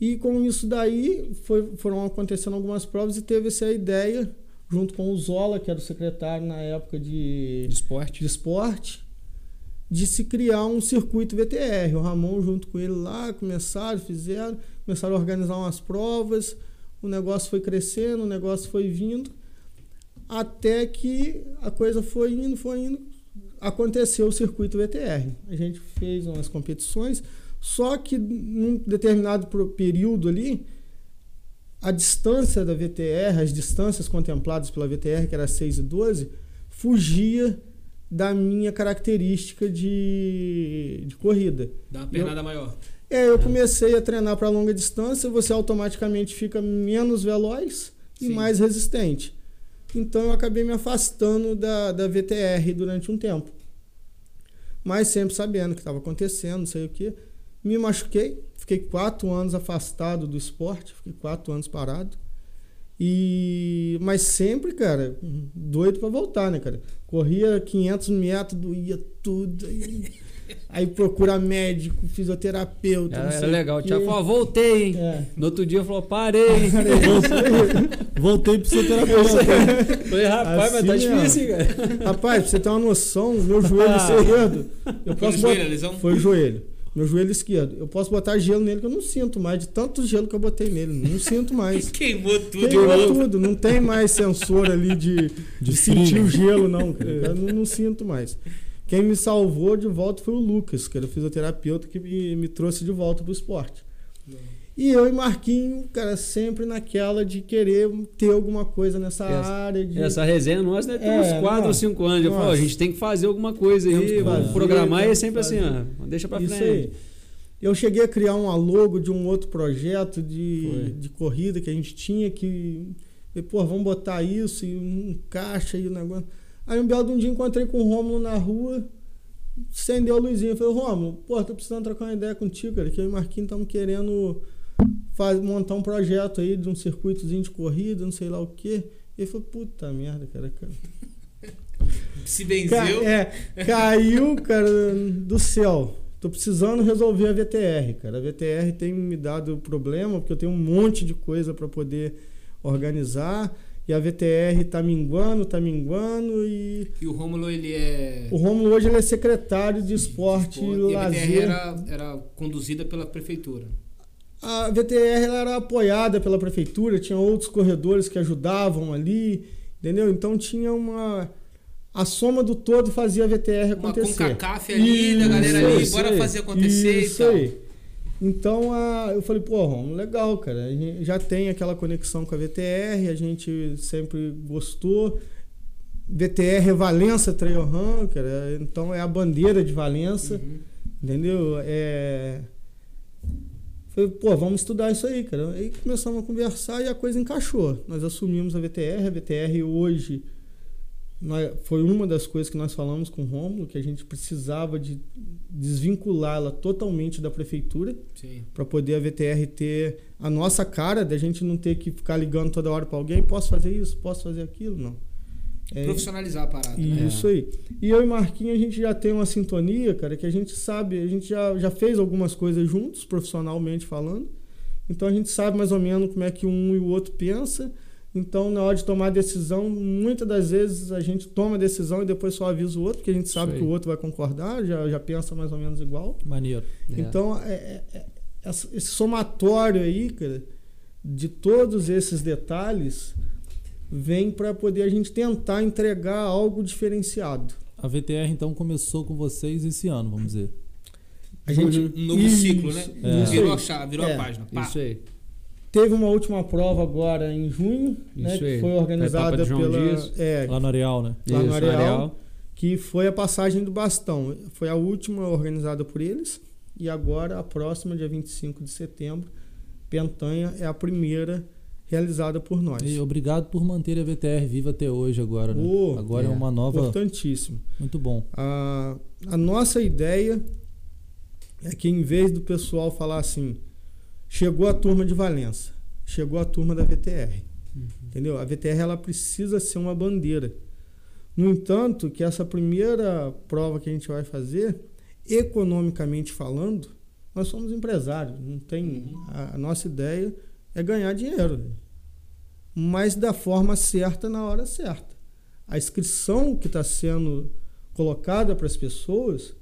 E com isso daí foi- foram acontecendo algumas provas e teve essa ideia, junto com o Zola, que era o secretário na época de,
De esporte.
de esporte, de se criar um circuito VTR. O Ramon, junto com ele lá, começaram, fizeram, começaram a organizar umas provas. O negócio foi crescendo, o negócio foi vindo, até que a coisa foi indo, foi indo. Aconteceu o circuito VTR. A gente fez umas competições, só que num determinado pro- período ali, a distância da VTR, as distâncias contempladas pela VTR, que era 6 e 12, fugia da minha característica de, de corrida.
Dá uma pernada maior.
É, eu comecei a treinar para longa distância, você automaticamente fica menos veloz e
Sim.
mais resistente. Então eu acabei me afastando da, da VTR durante um tempo. Mas sempre sabendo o que estava acontecendo, não sei o quê. Me machuquei, fiquei quatro anos afastado do esporte, fiquei quatro anos parado. E mas sempre, cara, doido para voltar, né, cara? Corria 500 metros, doía tudo. Aí, aí procura médico, fisioterapeuta, não
Era,
sei
era legal. O
quê.
Thiago falou, voltei, hein?
É.
No outro dia falou, parei.
Voltei pro seu terapeuta.
Falei, rapaz, mas tá
Assim, ó.
difícil, cara.
Rapaz, pra você ter uma noção, meu joelho esquerdo, eu
Foi no
posso
joelho,
botar...
a lesão?
Foi o joelho. Meu joelho esquerdo. Eu posso botar gelo nele que eu não sinto mais, de tanto gelo que eu botei nele. Não sinto mais.
Queimou tudo
Queimou
igual.
tudo, não tem mais sensor ali de, de sentir o gelo, não. cara. Eu não, não sinto mais. Quem me salvou de volta foi o Lucas, que era o fisioterapeuta que me, me trouxe de volta pro esporte. E eu e Marquinho, cara, sempre naquela de querer ter alguma coisa nessa
Essa-
área. De...
Essa resenha nossa deve ter
É,
uns 4 ou
nossa.
5 anos. Eu falo, a
Nossa.
gente tem que fazer alguma coisa
Temos
aí,
que
vamos
fazer,
programar. E é
temos
sempre
que
assim,
fazer.
ó, deixa pra
Isso
frente.
aí. Eu cheguei a criar uma logo de um outro projeto
Foi.
de, de corrida que a gente tinha que. e, Pô, vamos botar isso e um caixa e o negócio. Aí um belo de um dia encontrei com o Rômulo na rua, acendeu a luzinha. Eu Falei, Rômulo, pô, tô precisando trocar uma ideia contigo, cara, que eu e o Marquinhos estamos querendo faz, montar um projeto aí de um circuitozinho de corrida, não sei lá o quê. Ele falou, puta merda, cara. cara.
Se
Ca-
benzeu.
é, caiu, cara, do céu. Tô precisando resolver a VTR, cara. A VTR tem me dado problema, porque eu tenho um monte de coisa para poder organizar. E a VTR tá minguando, tá minguando. E
E o Rômulo, ele é. tipo,
o Romulo hoje ele é secretário de esporte e
e a BTR
lazer.
era, era conduzida pela prefeitura.
A VTR ela era apoiada pela prefeitura, tinha outros corredores que ajudavam ali, entendeu? Então tinha uma. A soma do todo fazia a VTR
Uma
acontecer.
concacaf ali, da galera ali,
isso
bora
aí.
fazer acontecer e
isso
tal.
Aí. Então a, eu falei, pô, Romulo, legal, cara. A gente já tem aquela conexão com a VTR, a gente sempre gostou. VTR é Valença Trail Run, cara. Então é a bandeira de Valença.
Uhum.
Entendeu? É... Falei, pô, vamos estudar isso aí, cara. Aí começamos a conversar e a coisa encaixou. Nós assumimos a VTR. A VTR hoje nós- foi uma das coisas que nós falamos com o Romulo, que a gente precisava de desvinculá-la totalmente da prefeitura
Sim.
para poder a VTR ter a nossa cara, da gente não ter que ficar ligando toda hora para alguém, posso fazer isso, posso fazer aquilo, não. É,
Profissionalizar a parada. né?
isso aí. E eu e Marquinhos, a gente já tem uma sintonia, cara, que a gente sabe, a gente já, já fez algumas coisas juntos, profissionalmente falando. Então a gente sabe mais ou menos como é que um e o outro pensa. Então, na hora de tomar a decisão, muitas das vezes a gente toma a decisão e depois só avisa o outro, porque a gente sabe
aí.
que o outro vai concordar, já, já pensa mais ou menos igual.
Maneiro.
É.
Então, é- é- é- essa- esse somatório aí, cara, de todos esses detalhes, vem para poder a gente tentar entregar algo diferenciado.
A VTR então começou com vocês esse ano, vamos dizer.
A gente
Um novo
Uhum. Isso,
ciclo, né?
é.
Virou, a, chave, virou a
É.
página. Pá.
Isso aí.
teve uma última prova agora em junho, né,
Isso
que
aí.
foi
A etapa
organizada
de João
pela
Dias.
é,
Lá no Areal, né?
Lá no
Isso,
Areal.
Areal.
que foi a passagem do bastão. Foi a última organizada por eles e agora a próxima dia 25 de setembro, Pentanha é a primeira realizada por nós.
E obrigado por manter a VTR viva até hoje agora, né?
Oh,
agora é,
é.
uma nova.
Importantíssimo.
Muito bom.
A, a nossa ideia é que em vez do pessoal falar assim, chegou a turma de Valença, chegou a turma da VTR, entendeu? A VTR ela precisa ser uma bandeira. No entanto, que essa primeira prova que a gente vai fazer, economicamente falando, nós somos empresários, não tem a, a nossa ideia é ganhar dinheiro, mas da forma certa na hora tá certa. A inscrição que está sendo colocada para as pessoas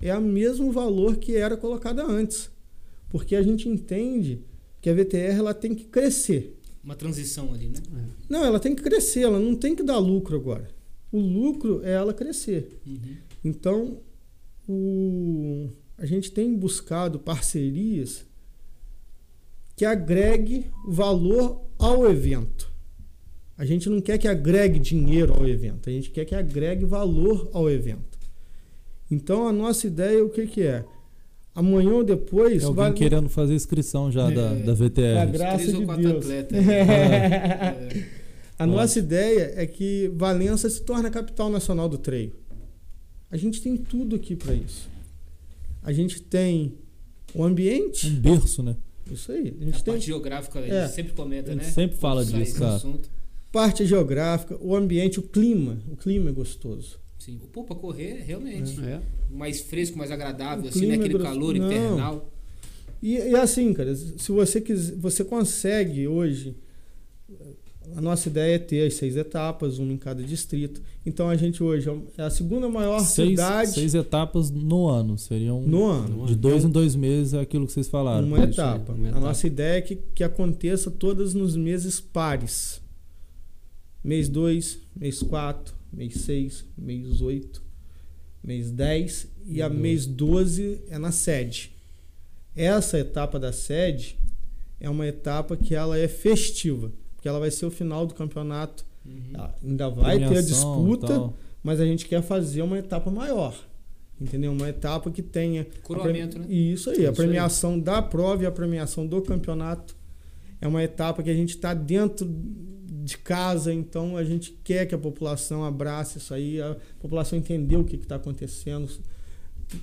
é o mesmo valor que era colocada antes. Porque a gente entende que a VTR ela tem que crescer.
Uma transição ali, né?
Não, ela tem que crescer, ela não tem que dar lucro agora. O lucro é ela crescer.
Uhum.
Então, o- a gente tem buscado parcerias que agregue valor ao evento. A gente não quer que agregue dinheiro ao evento, a gente quer que agregue valor ao evento. Então, a nossa ideia, o que, que é? Amanhã ou depois...
Tem É alguém
vai-
querendo fazer inscrição já da,
É.
da
Da
VTR.
graça
Três ou
de
quatro
Deus.
atletas. né? É.
A nossa ideia é que Valença se torne a capital nacional do treio. A gente tem tudo aqui para isso. A gente tem o ambiente,
Um berço, né?
isso aí.
É
A
A
gente tem
parte geográfica, a gente
É.
sempre comenta,
A gente
né?
sempre fala
Sai
disso,
do
cara.
assunto.
parte geográfica, o ambiente, o clima. O clima é gostoso.
Sim. Pô, pra correr, realmente.
É.
Mais fresco, mais agradável,
O
assim, né?
clima é
Aquele
grosso-
calor
Não.
infernal.
E, e assim, cara, se você quiser, você consegue hoje. A nossa ideia é ter as seis etapas, uma em cada distrito. Então a gente hoje é a segunda maior
Seis,
cidade
seis etapas no ano. Seriam
no ano.
de dois em dois meses, é aquilo que vocês falaram.
Uma
isso aí,
etapa.
uma
A
etapa.
nossa ideia é que, que aconteça todas nos meses pares. Mês 2, mês 4, mês 6, mês 8, mês 10 e a
Doze.
mês 12 é na sede. Essa etapa da sede é uma etapa que ela é festiva, porque ela vai ser o final do campeonato.
Uhum.
Ela ainda vai ter a
Premiação e
disputa,
tal.
mas a gente quer fazer uma etapa maior. Entendeu? Uma etapa que tenha
Coroamento, né?
e Isso aí, a
Isso aí.
premiação da prova e a premiação do campeonato é uma etapa que a gente está dentro de casa, então a gente quer que a população abrace isso aí, a população entender o que está acontecendo.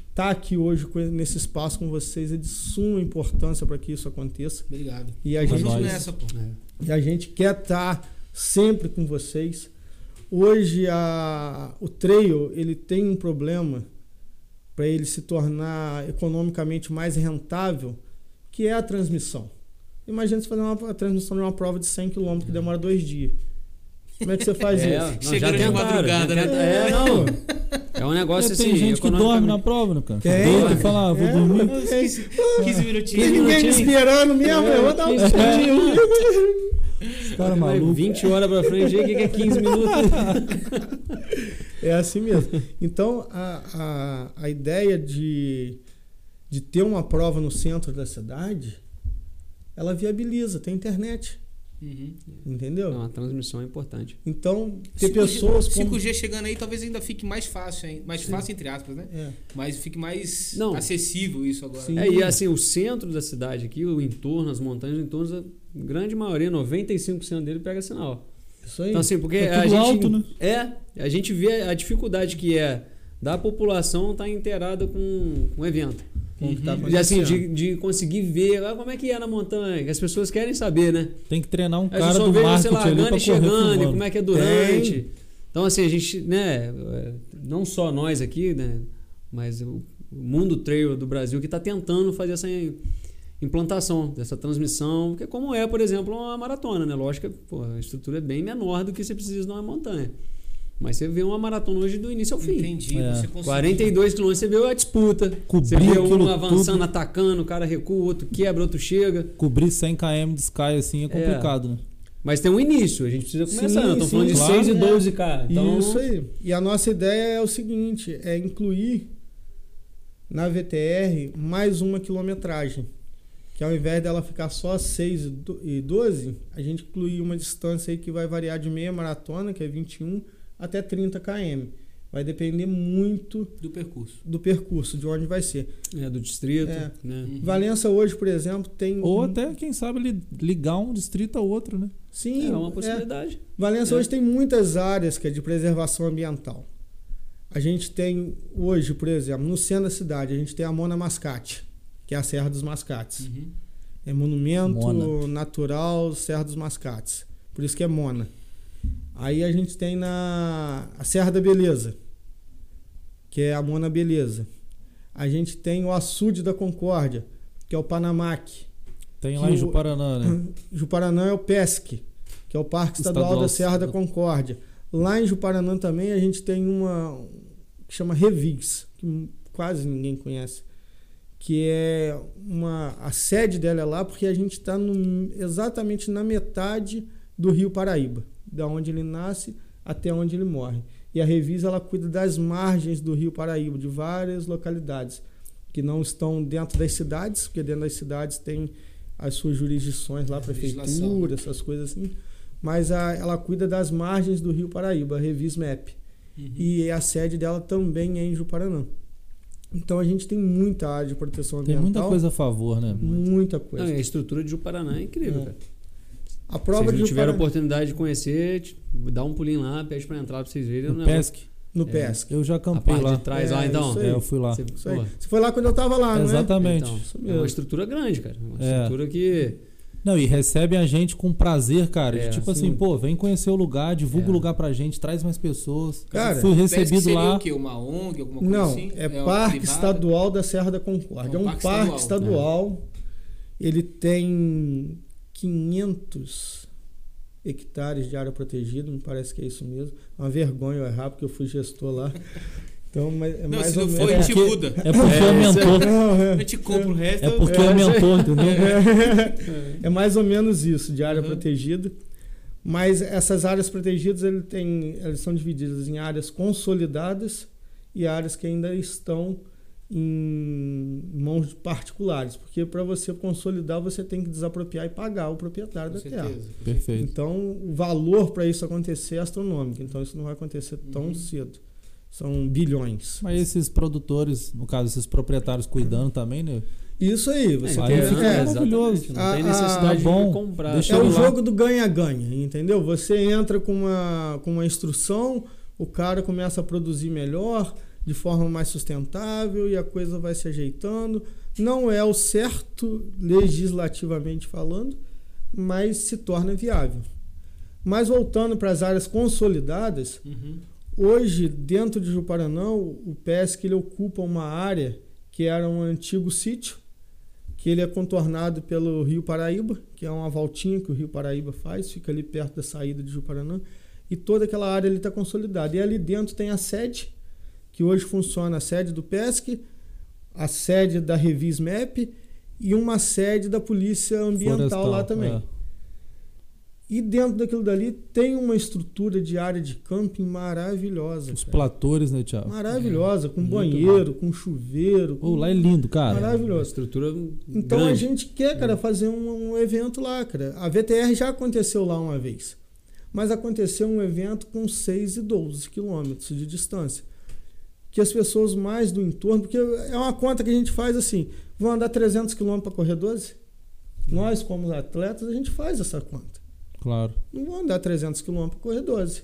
Estar aqui hoje com- nesse espaço com vocês é de suma importância para que isso aconteça.
Obrigado.
E a
Pra
Tamo
gente
junto
nós.
nessa, pô.
É.
e a gente quer estar sempre com vocês. Hoje a, o trail ele tem um problema para ele se tornar economicamente mais rentável, que é a transmissão. Imagina você fazer uma a transmissão de uma prova de 100 km que demora dois dias. Como é que você faz
É,
isso?
não,
Chegando de
já tentaram,
madrugada,
já
né?
tentaram. É, não. É um
É,
negócio
Tem
assim.
gente que dorme na prova, né, cara?
Tem.
Deita e fala, ah, vou
É,
dormir.
não tem.
15, 15 minutinhos.
Tem ninguém me esperando mesmo, eu vou dar um
É. Esse cara é maluco.
20 horas pra frente, aí o que que é 15 minutos?
É assim mesmo. Então, a, a, a ideia de, de ter uma prova no centro da cidade, ela viabiliza, tem internet,
Uhum.
entendeu?
Não, a transmissão é importante.
Então, ter
5G
pessoas... com-
5G chegando aí, talvez ainda fique mais fácil, hein? Mais fácil, entre aspas, né?
É.
Mas fique mais
Não.
acessível isso agora.
Sim.
É, e assim, o centro da cidade aqui, o entorno, as montanhas, o entorno, a grande maioria, 95% dele pega sinal.
Isso aí.
Então, assim, porque
Tá
a
tudo
gente.
alto, né?
É, a gente vê a dificuldade que é da população estar inteirada com, com o evento.
com o que tá
E assim,
acontecendo.
de, de conseguir ver ah, como é que é na montanha, que as pessoas querem saber, né?
Tem que treinar um
A gente
cara
só
do
vê,
marketing
sei lá,
ali pra
Gandhi
correr
chegando, e
filmando.
como é que é durante. Então, assim, a gente, né, é, não só nós aqui, né, mas o o mundo trail do Brasil que está tentando fazer essa im- implantação, dessa transmissão, que é como é, por exemplo, uma maratona, né? Lógico que pô, a estrutura é bem menor do que você precisa numa montanha. Mas você vê uma maratona hoje do início ao fim.
Entendi.
É.
Você conseguiu.
42 quilômetros, você vê a disputa. você
Cobrir
vê
aquilo
um avançando,
tudo.
atacando, o cara recua, o outro quebra, o outro chega.
Cobrir 100 km de sky assim é complicado, né?
Mas tem um início, a gente precisa
Sim,
começar. Sim, Estamos
sim,
falando de
claro.
6 e
É.
12, cara. Então,
Isso aí. E a nossa ideia é o seguinte, é incluir na VTR mais uma quilometragem. Que ao invés dela ficar só 6 e do- e 12, a gente inclui uma distância aí que vai variar de meia maratona, que é 21, até 30 km. Vai depender muito
do percurso.
do percurso, de onde vai ser.
É do distrito,
É.
né?
Uhum.
Valença hoje, por exemplo, tem...
Ou até, quem sabe, li- ligar um distrito a outro, né?
Sim,
é uma
é.
possibilidade.
Valença
É.
hoje tem muitas áreas que é de preservação ambiental. A gente tem hoje, por exemplo, no centro da cidade, a gente tem a Mona Mascate, que é a Serra dos Mascates.
Uhum.
É monumento
Mona.
natural Serra dos Mascates. Por isso que é Mona. Aí a gente tem na a Serra da Beleza, que é a Mona Beleza. A gente tem o Açude da Concórdia, que é o Panamaque.
Tem
Que
lá em
o-
Juparaná, né?
Juparanã é o PESC, que é o Parque Estadual,
Estadual
da Serra da
Estadual.
Concórdia. Lá em Juparanã também a gente tem uma que chama um Revigs, que quase ninguém conhece. Que é uma. A sede dela é lá porque a gente está exatamente na metade do Rio Paraíba, da onde ele nasce até onde ele morre. E a revisa ela cuida das margens do Rio Paraíba, de várias localidades que não estão dentro das cidades, porque dentro das cidades tem as suas jurisdições lá,
É, legislação,
prefeitura,
né?
essas coisas assim. Mas a- ela cuida das margens do Rio Paraíba, a Revismap.
Uhum.
E a sede dela também é em Juparanã. Então a gente tem muita área de proteção
Tem
ambiental.
muita coisa a favor, né?
Muita
Não,
coisa.
e a estrutura de Juparaná é incrível,
É.
cara.
A
Vocês
prova
não tiveram
de
a
Juparanã,
oportunidade de conhecer, t- dá um pulinho lá, pede pra entrar pra vocês verem. é um
No
negócio-
PESC,
no
É.
PESC.
eu já
a
acampei
parte
lá.
de trás
É,
lá, então.
isso
É, eu fui lá.
Você-
Isso aí.
pô,
Você foi lá quando eu tava lá, não é?
Exatamente.
então,
Isso
é
mesmo.
uma estrutura grande, cara. Uma
É.
estrutura que.
Não, e recebem a gente com prazer, cara. de
É,
tipo assim,
sim.
pô, vem conhecer o lugar, divulga
É.
o lugar pra gente, traz mais pessoas.
Cara,
fui
Parece que
recebido
seria
lá.
o quê? Uma ONG, alguma coisa
Não,
assim?
é,
uma
Parque
privada?
Estadual da Serra da Concórdia. É um, parque, estadual. Ele tem 500 hectares de área protegida, me parece que é isso mesmo. Uma vergonha eu errar, porque eu fui gestor lá. Então, mas, é
Não,
mais
se
ou
não
menos.
foi, a gente
porque-
muda.
É porque
É,
aumentou.
Não, é.
A gente compra o resto.
É porque
É,
aumentou, entendeu?
É, é mais ou menos isso, de área
Uhum.
protegida. Mas essas áreas protegidas ele tem, elas são divididas em áreas consolidadas e áreas que ainda estão em mãos de particulares. Porque para você consolidar, você tem que desapropriar e pagar o proprietário
Com
da terra.
certeza.
Perfeito.
Então, o valor para isso acontecer é astronômico. Então, isso não vai acontecer tão
Uhum.
cedo. São bilhões.
Mas esses produtores, no caso, esses proprietários cuidando também, né?
Isso aí, você
É,
tem
então,
que
fica
é,
maravilhoso. tá
exatamente, Não
Ah,
tem
ah,
necessidade de
bom.
comprar.
Deixa
É
eu
o
ir lá.
jogo do ganha-ganha, entendeu? Você entra com uma, com uma instrução, o cara começa a produzir melhor, de forma mais sustentável e a coisa vai se ajeitando. Não é o certo, legislativamente falando, mas se torna viável. Mas voltando para as áreas consolidadas,
Uhum.
Hoje, dentro de Juparanã, o o PESC ele ocupa uma área que era um antigo sítio, que ele é contornado pelo Rio Paraíba, que é uma voltinha que o Rio Paraíba faz, fica ali perto da saída de Juparanã, e toda aquela área ali está consolidada. E ali dentro tem a sede, que hoje funciona a sede do PESC, a sede da Revismap e uma sede da Polícia Ambiental
Florestal,
lá também.
é.
E dentro daquilo dali tem uma estrutura de área de camping maravilhosa.
Os
cara.
platores, né, Thiago?
Maravilhosa, com
muito
banheiro, com chuveiro.
Pô,
com-
lá é lindo, cara.
Maravilhoso.
Uma estrutura
Então a
grande.
gente quer, cara, fazer um, um evento lá, cara. A VTR já aconteceu lá uma vez. Mas aconteceu um evento com 6 e 12 quilômetros de distância. Que as pessoas mais do entorno, porque é uma conta que a gente faz assim, vão andar 300 quilômetros para correr 12? Nós, como atletas, a gente faz essa conta.
Claro.
Não vão andar 300 quilômetros para correr 12.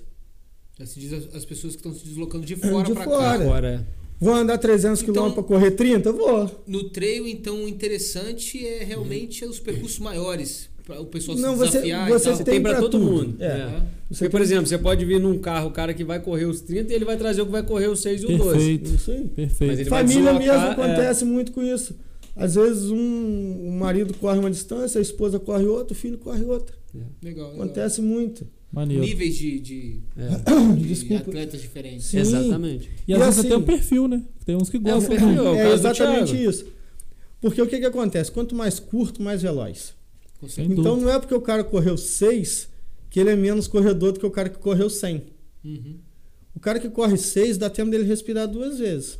Já se diz as, as pessoas que estão se deslocando de fora
É, De
pra
fora.
cá.
Agora,
Vão andar 300
Então-
quilômetros para correr 30? Vou.
No trail, então, o interessante é realmente os percursos maiores. Pra o pessoal
Não,
se
você-
desafiar
você
e
você
tal.
tem
tem pra
pra
todo
tudo.
mundo.
É.
É.
É.
Você
Porque, por exemplo, você pode vir num carro, o cara que vai correr os 30 e ele vai trazer o que vai correr os 6 e o 12.
Perfeito.
Isso aí.
Mas ele
Perfeito.
vai
Família
deslocar,
mesmo
é.
acontece muito com isso. Às vezes um, o marido corre uma distância, a esposa corre outra, o filho corre outra.
Legal, legal.
Acontece muito.
Maneiro.
Níveis de, de,
É.
de
Desculpa.
atletas diferentes.
Sim.
Exatamente.
E às
E
vezes
assim-
até o perfil, né? Tem uns que
É o
gostam.
perfil, é o
É
caso do
exatamente
Thiago.
isso. Porque o que, que acontece? Quanto mais curto, mais veloz.
Com certeza.
Sem
Então
dúvida.
não é porque o cara correu 6 que ele é menos corredor do que o cara que correu 100.
Uhum.
O cara que corre 6 dá tempo dele respirar duas vezes.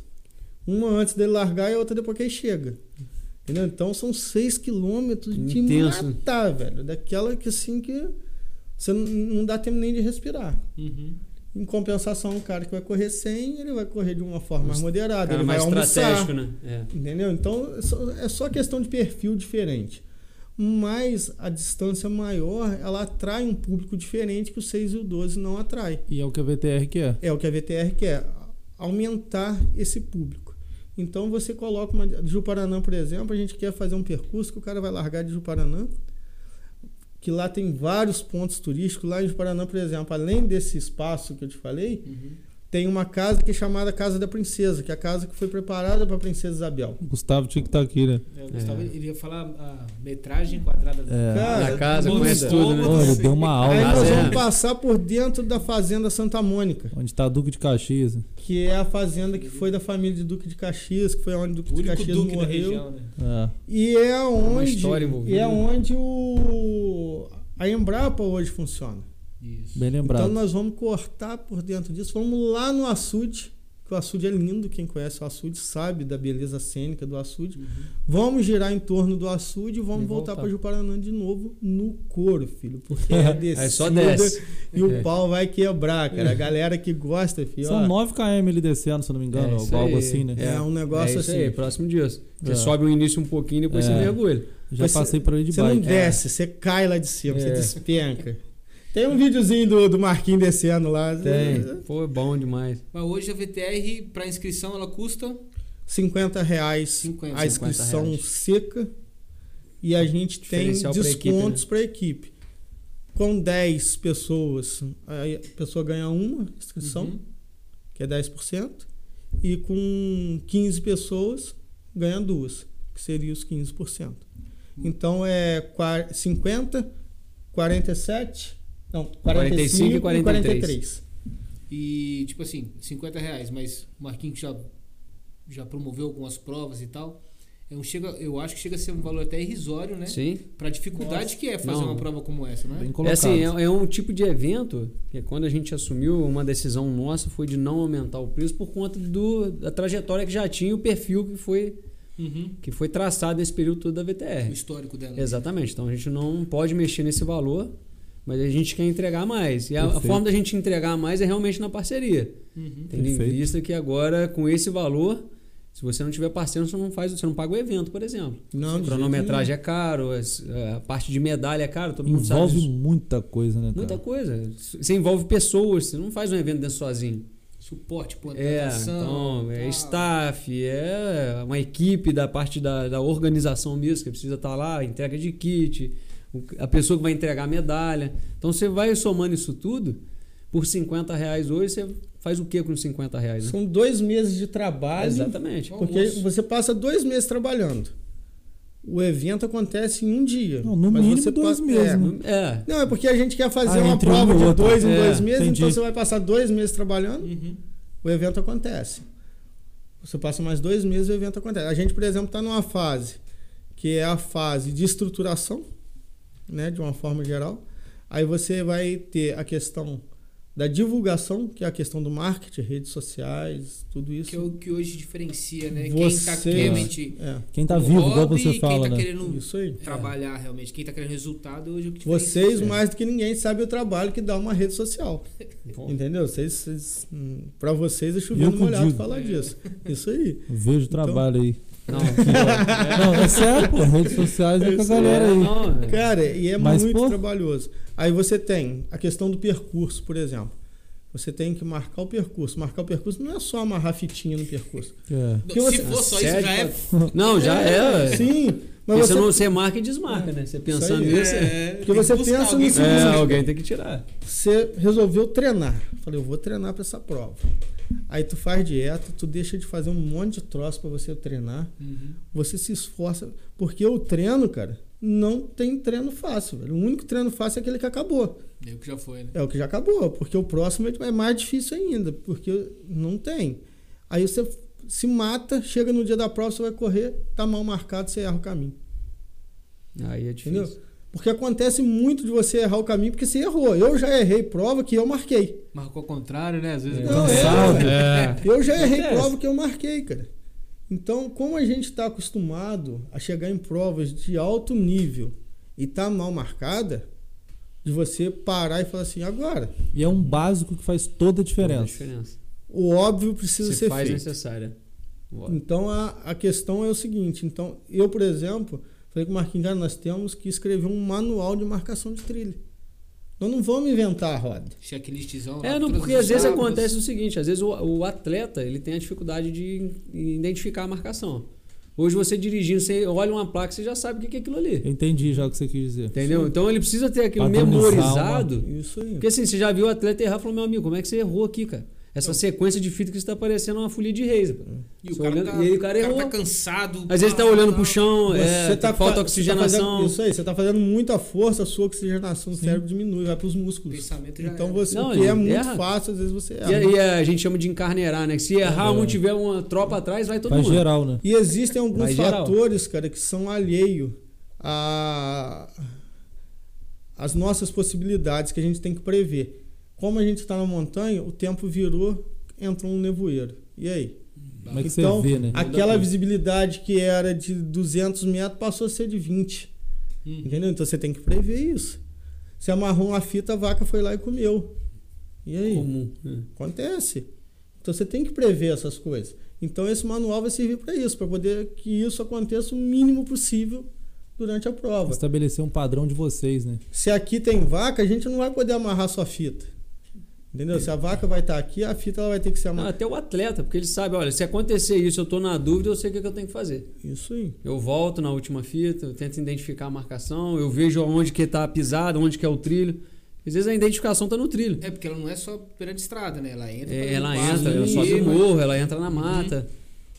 Uma antes dele largar e a outra depois que ele chega. Entendeu? Então são 6 quilômetros de
Intenso. né?
matar, velho. Daquela que assim que você não- não dá tempo nem de respirar.
Uhum.
Em compensação, um cara que vai correr 100, ele vai correr de uma forma
Um
mais moderada,
Cara,
ele vai
mais
almoçar,
estratégico, né?
entendeu? Então, é só- é só questão de perfil diferente. Mas a distância maior, ela atrai um público diferente que o 6 e o 12 não atrai.
E é o que a VTR quer.
É o que a VTR quer, aumentar esse público. Então, você coloca uma... de Juparanã, por exemplo, a gente quer fazer um percurso que o cara vai largar de Juparanã, que lá tem vários pontos turísticos. Lá em Juparanã, por exemplo, além desse espaço que eu te falei,
Uhum.
tem uma casa que é chamada Casa da Princesa, que é a casa que foi preparada para a Princesa Isabel.
O Gustavo tinha que estar aqui, né?
É, o Gustavo, ele ia falar a metragem quadrada da
É.
Cara,
Na casa,
Bom,
conhece tudo, né?
Olha, deu uma
Aí
aula.
Ah,
nós
é.
vamos passar por dentro da Fazenda Santa Mônica,
Onde está Duque de Caxias. né?
que é a fazenda que foi da família de Duque de Caxias, que foi onde Duque
O
de
único
Caxias
duque da
morreu.
região, né?
É.
E é onde
história envolvida.
e é onde o a Embrapa hoje funciona.
Isso.
Bem lembrado.
Então nós vamos cortar por dentro disso, vamos lá no açude, que o açude é lindo, quem conhece o açude sabe da beleza cênica do açude.
Uhum.
Vamos girar em torno do açude e vamos
E
voltar,
voltar.
para Juparanã de novo no couro, filho, porque é descida
Aí só desce.
e o
É.
pau vai quebrar, cara. A galera que gosta, filho, ó,
São 9 km ele descendo, se eu não me engano,
É,
ou
isso
algo
aí.
assim, né?
é, um negócio
é isso
assim.
aí, próximo disso. Você
É.
sobe o início um pouquinho, depois
É.
você mergulha.
Já
Mas cê-
passei por ali de
Você não
bike.
desce, você cai lá de cima, você
É.
despenca. Tem um videozinho do, do Marquinhos descendo lá.
Tem. Pô, é bom demais.
Mas hoje a VTR, para inscrição, ela custa
50 reais
50,
a inscrição
50 reais.
seca. E a gente tem
Diferencial pra equipe, né?
descontos para a equipe. Com 10 pessoas, aí a pessoa ganha uma inscrição,
Uhum.
que é 10%. E com 15 pessoas, ganha duas, que seria os 15%. Então é qua- 50, 47, não, 45 e
45,
43.
E, tipo assim, 50 reais, mas o Marquinhos que já, já promoveu algumas provas e tal. É um chega, eu acho que chega a ser um valor até irrisório,
É.
né?
Sim.
Pra dificuldade que é fazer
Não.
uma prova como essa, né?
Bem
É
colocado.
assim, é, é um tipo de evento que quando a gente assumiu, uma decisão nossa foi de não aumentar o preço por conta do, da trajetória que já tinha, o perfil que foi,
Uhum.
que foi traçado esse período todo da VTR.
O histórico dela. né?
Exatamente. Então a gente não pode mexer nesse valor, mas a gente quer entregar mais. E a, a
Perfeito.
forma da gente entregar mais é realmente na parceria.
Uhum.
Tendo
Perfeito.
em vista que agora, com esse valor, se você não tiver parceiro, você não faz, você não paga o evento, por exemplo.
Não,
A
de
cronometragem é caro, as- a parte de medalha é caro, todo mundo sabe.
Envolve
disso.
muita coisa, né, cara?
Muita coisa. Você envolve pessoas, você não faz um evento dentro sozinho.
Suporte,
É,
plantação.
então,
tal.
é staff, é uma equipe da parte da, da organização mesmo, que precisa estar lá, entrega de kit, o- a pessoa que vai entregar a medalha. Então você vai somando isso tudo, por 50 reais hoje, você faz o que com 50 reais? Né?
São dois meses de trabalho.
Exatamente.
Porque
Almoço.
você passa dois meses trabalhando. O evento acontece em um dia.
Não, no
Mas
mínimo
você
dois
pa-
meses,
é.
né?
É.
Não, é porque a gente quer fazer
Ah,
uma
entre um
prova
e
de
outro.
dois em
É,
dois meses, então
entendi.
você vai passar dois meses trabalhando,
Uhum.
o evento acontece. Você passa mais dois meses e o evento acontece. A gente, por exemplo, está numa fase que é a fase de estruturação, né, de uma forma geral. Aí você vai ter a questão da divulgação, que é a questão do marketing, redes sociais, tudo isso.
Que é o que hoje diferencia, né? Quem tá
Você-
realmente.
É,
Quem tá
com
vivo, igual
hobby,
você fala,
Quem tá
né?
querendo
isso aí.
trabalhar realmente, quem tá querendo resultado hoje é o que diferencia.
Vocês, mais do que ninguém, sabem o trabalho que dá uma rede social. Entendeu? Vocês, vocês, hum, pra vocês é chovendo
Eu
molhado
fudido.
falar
É.
disso. Isso aí.
Vejo trabalho aí.
Não,
Não, é sério, pô. Redes sociais é com a galera aí.
não, é.
Cara, e é
Mas,
muito
pô.
trabalhoso. Aí você tem a questão do percurso, por exemplo. Você tem que marcar o percurso. Marcar o percurso não é só amarrar fitinha no percurso.
É.
Não,
que
Se
você-
for só isso,
Sério,
já é.
Não, já é.
Sim, mas
Porque
você,
você, não, você marca e desmarca, né? Você pensando
aí.
nisso. É,
é,
Porque
tem
você
que buscar
pensa
alguém
nisso-
que-
É,
alguém tem que tirar.
você resolveu treinar. Falei, eu vou treinar pra essa prova. Aí tu faz dieta, tu deixa de fazer um monte de troço pra você treinar.
Uhum.
Você se esforça. Porque o treino, cara, não tem treino fácil. Velho. O único treino fácil é aquele que acabou.
É o que já foi, né?
É o que já acabou. Porque o próximo é mais difícil ainda. Porque não tem. Aí você se mata, chega no dia da prova, você vai correr, tá mal marcado, você erra o caminho.
Aí é difícil.
Entendeu? Porque acontece muito de você errar o caminho porque você errou. Eu já errei prova que eu marquei.
Marcou ao contrário, né? Às vezes.
Não, é,
Cansado.
É.
Eu já errei
Acontece.
prova que eu marquei, cara. Então, como a gente está acostumado a chegar em provas de alto nível e tá mal marcada, de você parar e falar assim, agora,
E é um básico que faz toda a
Toda a
diferença.
diferença.
o óbvio precisa
Se
ser
faz
feito.
necessária. Bora.
Então a, a questão é o seguinte, então, eu, por exemplo, falei com o Marquinhos, cara, nós temos que escrever um manual de marcação de trilha. Nós não vamos inventar a roda.
Checklistzão.
É,
lá,
não,
todas
porque
as
às vezes
etapas.
acontece o seguinte, às vezes o, o atleta ele tem a dificuldade de identificar a marcação. Hoje você dirigindo, você olha uma placa, você já sabe o que que é aquilo ali.
Eu entendi já o que você quis dizer.
Entendeu? Então ele precisa ter aquilo
Padronizar uma-
memorizado.
Isso aí.
Porque assim, você já viu o atleta errar e falou, meu amigo, como é que você errou aqui, cara? Essa sequência de fita que está parecendo uma folia de reis. pô.
E o
Só
cara,
olhando-
tá,
e aí o
o
cara
cara
errou.
tá cansado.
Às vezes tá
pá,
olhando
pá.
pro chão, é, falta
fa- Você tá
oxigenação.
fazendo, isso aí, você tá fazendo muita força, a sua oxigenação no cérebro diminui, vai pros
O
músculos.
pensamento já
Então
é.
você,
Não,
o que é
ele
muito
erra.
fácil, às vezes você erra.
E a, É, e a gente chama de encarneirar, né? Que se errar, um tiver uma tropa atrás, vai todo
Faz
mundo.
geral, né?
E existem alguns
Mas geral.
fatores, cara, que são alheio a as nossas possibilidades que a gente tem que prever. Como a gente está na montanha, o tempo virou, entrou um nevoeiro. E aí?
Como é que
Então,
você vê, né?
Aquela visibilidade que era de 200 metros passou a ser de 20.
Hum.
Entendeu? Então você tem que prever isso. Você amarrou uma fita, a vaca foi lá e comeu. E aí? É.
Comum. né?
Acontece. Então você tem que prever essas coisas. Então esse manual vai servir para isso, para poder que isso aconteça o mínimo possível durante a prova.
Estabelecer um padrão de vocês, né?
Se aqui tem vaca, a gente não vai poder amarrar sua fita. Entendeu? Se a vaca vai estar aqui, a fita ela vai ter que ser
Não,
amarrada.
até o atleta, porque ele sabe, olha, se acontecer isso, eu tô na dúvida, eu sei o que, que eu tenho que fazer.
Isso aí.
Eu volto na última fita, eu tento identificar a marcação, eu vejo onde que tá a pisada, onde que é o trilho. Às vezes a identificação tá no trilho.
É porque ela não é só perante estrada, né? Ela entra.
É,
pra
ela
dentro do
entra,
barro,
ela
né? Uhum.
sobe o
Mas-
morro, ela entra na mata.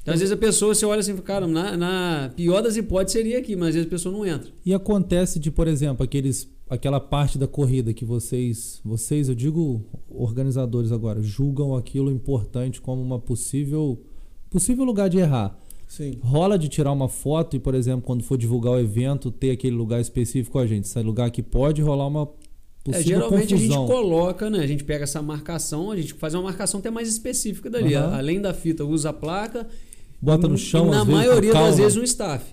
Então, às vezes a pessoa, você olha assim, fala, cara, na, na pior das hipóteses seria aqui, mas às vezes a pessoa não entra.
E acontece de, por exemplo, aqueles, aquela parte da corrida que vocês, vocês, eu digo organizadores agora, julgam aquilo importante como uma possível, possível lugar de errar.
Sim.
Rola de tirar uma foto e, por exemplo, quando for divulgar o evento, ter aquele lugar específico a gente. Esse é lugar que pode rolar uma
É,
possível
geralmente a
confusão.
gente coloca, né? A gente pega essa marcação, a gente faz uma marcação até mais específica dali.
Aham.
A- Além da fita, usa a placa.
Bota no
E
chão,
Na
às vezes,
maioria
com calma.
das vezes um staff.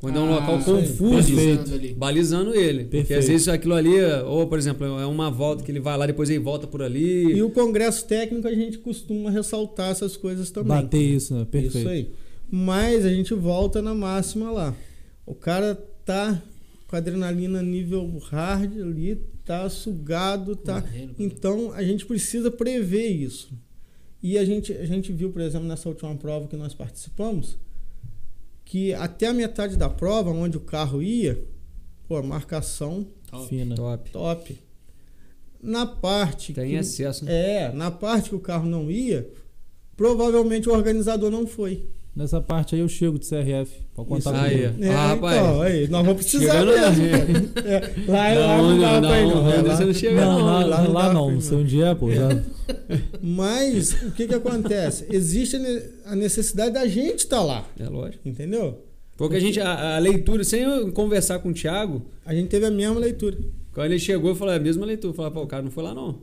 Quando é um
Ah,
local
isso aí.
confuso,
Perfeito. Ali.
balizando ele. Porque
Perfeito.
às vezes aquilo ali, ou por exemplo, é uma volta que ele vai lá, depois ele volta por ali.
E o congresso técnico a gente costuma ressaltar essas coisas também.
Bater isso, né? Perfeito.
Isso aí. Mas a gente volta na máxima lá. O cara tá com a adrenalina nível hard ali, tá sugado, tá.
Correndo, correndo.
Então a gente precisa prever isso. E a gente, a gente viu, por exemplo, nessa última prova que nós participamos, que até a metade da prova, onde o carro ia, pô, a marcação
Fina.
Top.
top. Na parte
Tem
que-
excesso. né?
é, na parte que o carro não ia, provavelmente o organizador não foi.
Nessa parte aí eu chego de CRF. Pode contar
Isso.
comigo.
Aí, ó. Ah, rapaz.
Então, aí, nós vamos precisar
Chegando lá.
mesmo. cara. É, lá é lá, não dá pra ir, não. É
Anderson
lá.
não chega
não,
não. tá
lá,
lá
lá
não dá
não.
pra ir,
Não sei onde é, pô. Já...
Mas o que que acontece? Existe a ne- a necessidade da gente estar lá,
É lógico.
entendeu?
Porque a gente, a, a leitura, sem eu conversar com o Thiago,
A gente teve a mesma leitura.
quando ele chegou, eu falei, "É a mesma leitura. Eu falei, pô, o cara não foi lá não.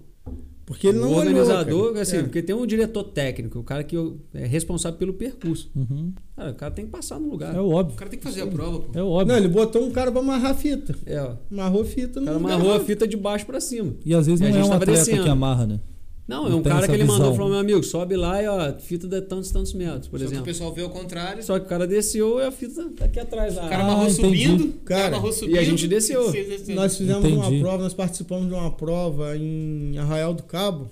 Porque ele não
o organizador,
olhou, cara.
assim,
É.
porque tem um diretor técnico, o cara que é responsável pelo percurso.
Uhum.
Cara, o cara tem que passar no lugar.
É
O
óbvio.
cara tem que fazer a prova, pô.
É óbvio.
Não, ele botou um cara pra amarrar a fita.
É, ó.
Amarrou a fita
O
no
cara
lugar
amarrou a
lá.
fita de baixo pra cima.
E às vezes
E a
não é
gente tá
um
tava
atleta
descendo.
que amarra, né?
Não, é
Não
um
tem
cara
essa
que ele mandou
visão.
e falou: meu amigo, sobe lá e ó, fita de tantos, tantos metros,
Só
por
que o
exemplo.
pessoal vê ao contrário.
Só que o cara desceu e a fita tá aqui atrás lá.
O cara
Ah,
amarrou
entendi.
subindo. o
Cara,
cara amarrou subindo.
e a gente desceu.
vocês descendo.
Nós fizemos uma
Entendi.
prova, nós participamos de uma prova em Arraial do Cabo,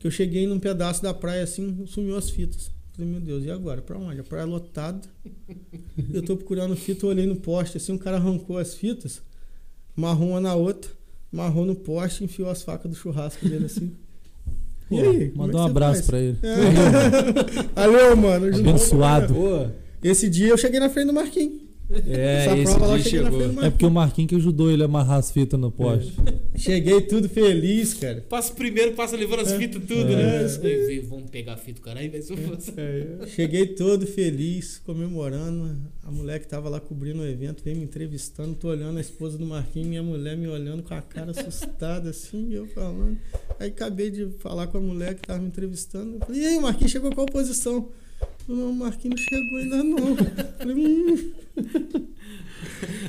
que eu cheguei num pedaço da praia assim, sumiu as fitas. Falei, meu Deus, e agora? Pra onde? A praia é lotada. eu tô procurando fita, eu olhei no poste, assim, um cara arrancou as fitas, amarrou uma na outra, amarrou no poste, enfiou as facas do churrasco dele assim.
Pô,
como é que
manda um
você
abraço
faz?
pra ele.
É. Valeu, mano. de novo.
Abençoado.
Pô,
Esse dia eu cheguei na frente do Marquinhos.
é,
né? Essa
esse
prova É. lá eu
dia
cheguei
chegou.
na frente do
É
Marquinhos.
porque o Marquinhos que ajudou ele a amarrar as fitas no poste.
Cheguei tudo feliz, cara.
Passa o primeiro, passa levando as fitas, tudo,
É.
né?
Eles vê, Vamos pegar a fita, caralho, vai
É.
ser força.
Cheguei todo feliz, comemorando. A mulher que tava lá cobrindo o evento veio me entrevistando. Tô olhando a esposa do Marquinhos, minha mulher me olhando com a cara assustada, assim, e eu falando. Aí acabei de falar com a mulher que tava me entrevistando. Eu falei, e aí, o Marquinhos chegou a qual posição? Falou, Não, o Marquinhos não chegou ainda não. Eu Falei, hum,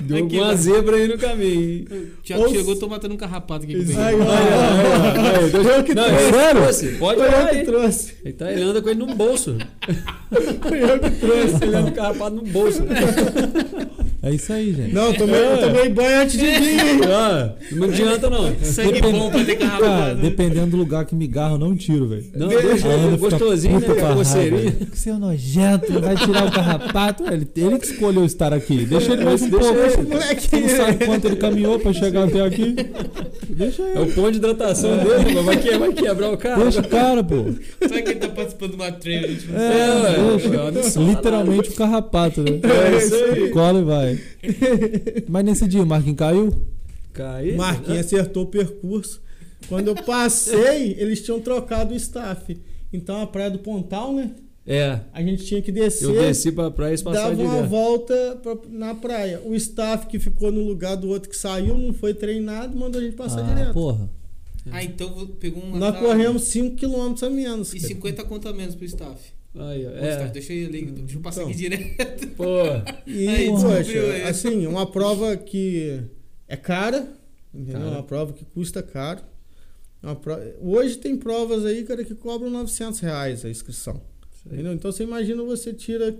Deu
é
Aqui,
alguma
ó.
zebra aí no caminho, hein?
O Thiago
Ou-
chegou, tô matando um carrapato aqui. comigo.
ai, olha, olha, olha, eu que
Não,
trouxe.
ele trouxe, pode
Foi eu
olhar
que
aí.
trouxe.
Ele, tá, ele anda com ele no bolso.
Foi eu que trouxe.
Ele anda com o carrapato no bolso.
É isso aí, gente.
Não, eu tomei, eu tomei banho antes de vir.
Ah, não adianta, não.
é
Sangue bom pra ter
Cara,
né?
carrapato.
dependendo do lugar que me garra, eu não tiro, velho.
Não, deixa,
A Ana fica
gostosinho, né?
puta com a raiva.
Coceirinha.
Que seu nojento, não vai tirar o carrapato. Ele, ele que escolheu estar aqui. Deixa ele mais um
Deixa
pouco.
ele.
Moleque.
Você não sabe quanto ele caminhou pra chegar até aqui? Deixa
É
ele.
o pão de hidratação dele, mas vai, que- vai quebrar o cara.
Deixa o cara, pô.
Será que ele tá participando de uma trailer? Tipo,
É,
É, ué,
deixa.
é um absurdo.
Literalmente o carrapato, né?
É isso aí.
Cola e vai. Mas nesse dia o Marquinhos caiu?
Cair.
Marquinhos acertou o percurso. Quando eu passei, eles tinham trocado o staff. Então a Praia do Pontal, né?
É.
A gente tinha que descer.
Eu desci pra praia e
dava
passagem de
uma
guerra.
volta pra- na praia. O staff que ficou no lugar do outro que saiu, não foi treinado, mandou a gente passar
ah,
direto.
porra.
Ah, então vo- pegou um.
Nós
atalho
corremos 5km a menos.
E
cara.
50 conto a menos pro staff.
Aí, ó,
Ô, staff,
é.
deixa eu, ler, deixa eu passar
Então.
aqui direto.
Pô,
E,
Aí,
poxa,
descobriu aí.
assim, uma prova que é cara, entendeu?
Cara.
Uma prova que custa caro. É uma pro- Hoje tem provas aí, cara, que cobram 900 reais a inscrição.
Isso aí.
Entendeu? Então você imagina você tira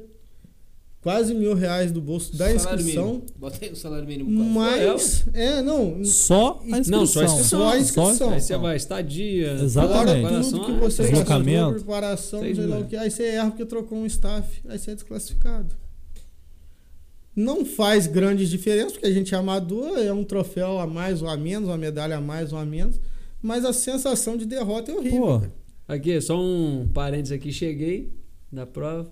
quase mil reais do bolso da
Salário
inscrição,
mínimo. Bota aí o salário mínimo quase.
mas... É, não...
Só a inscrição.
Não, só a inscrição.
Só a
Só-
inscrição.
aí você vai, estadia.
Exatamente.
Fora
preparação,
tudo que você
ah,
gastou,
deslocamento.
preparação,
Seis
é sei lá
mil.
o que. Aí você erra porque trocou um staff, aí você é desclassificado. Não faz grandes diferenças, porque a gente é amador, é um troféu a mais ou a menos, uma medalha a mais ou a menos, mas a sensação de derrota é horrível.
Pô,
cara.
Aqui, só um parênteses aqui. Cheguei da prova.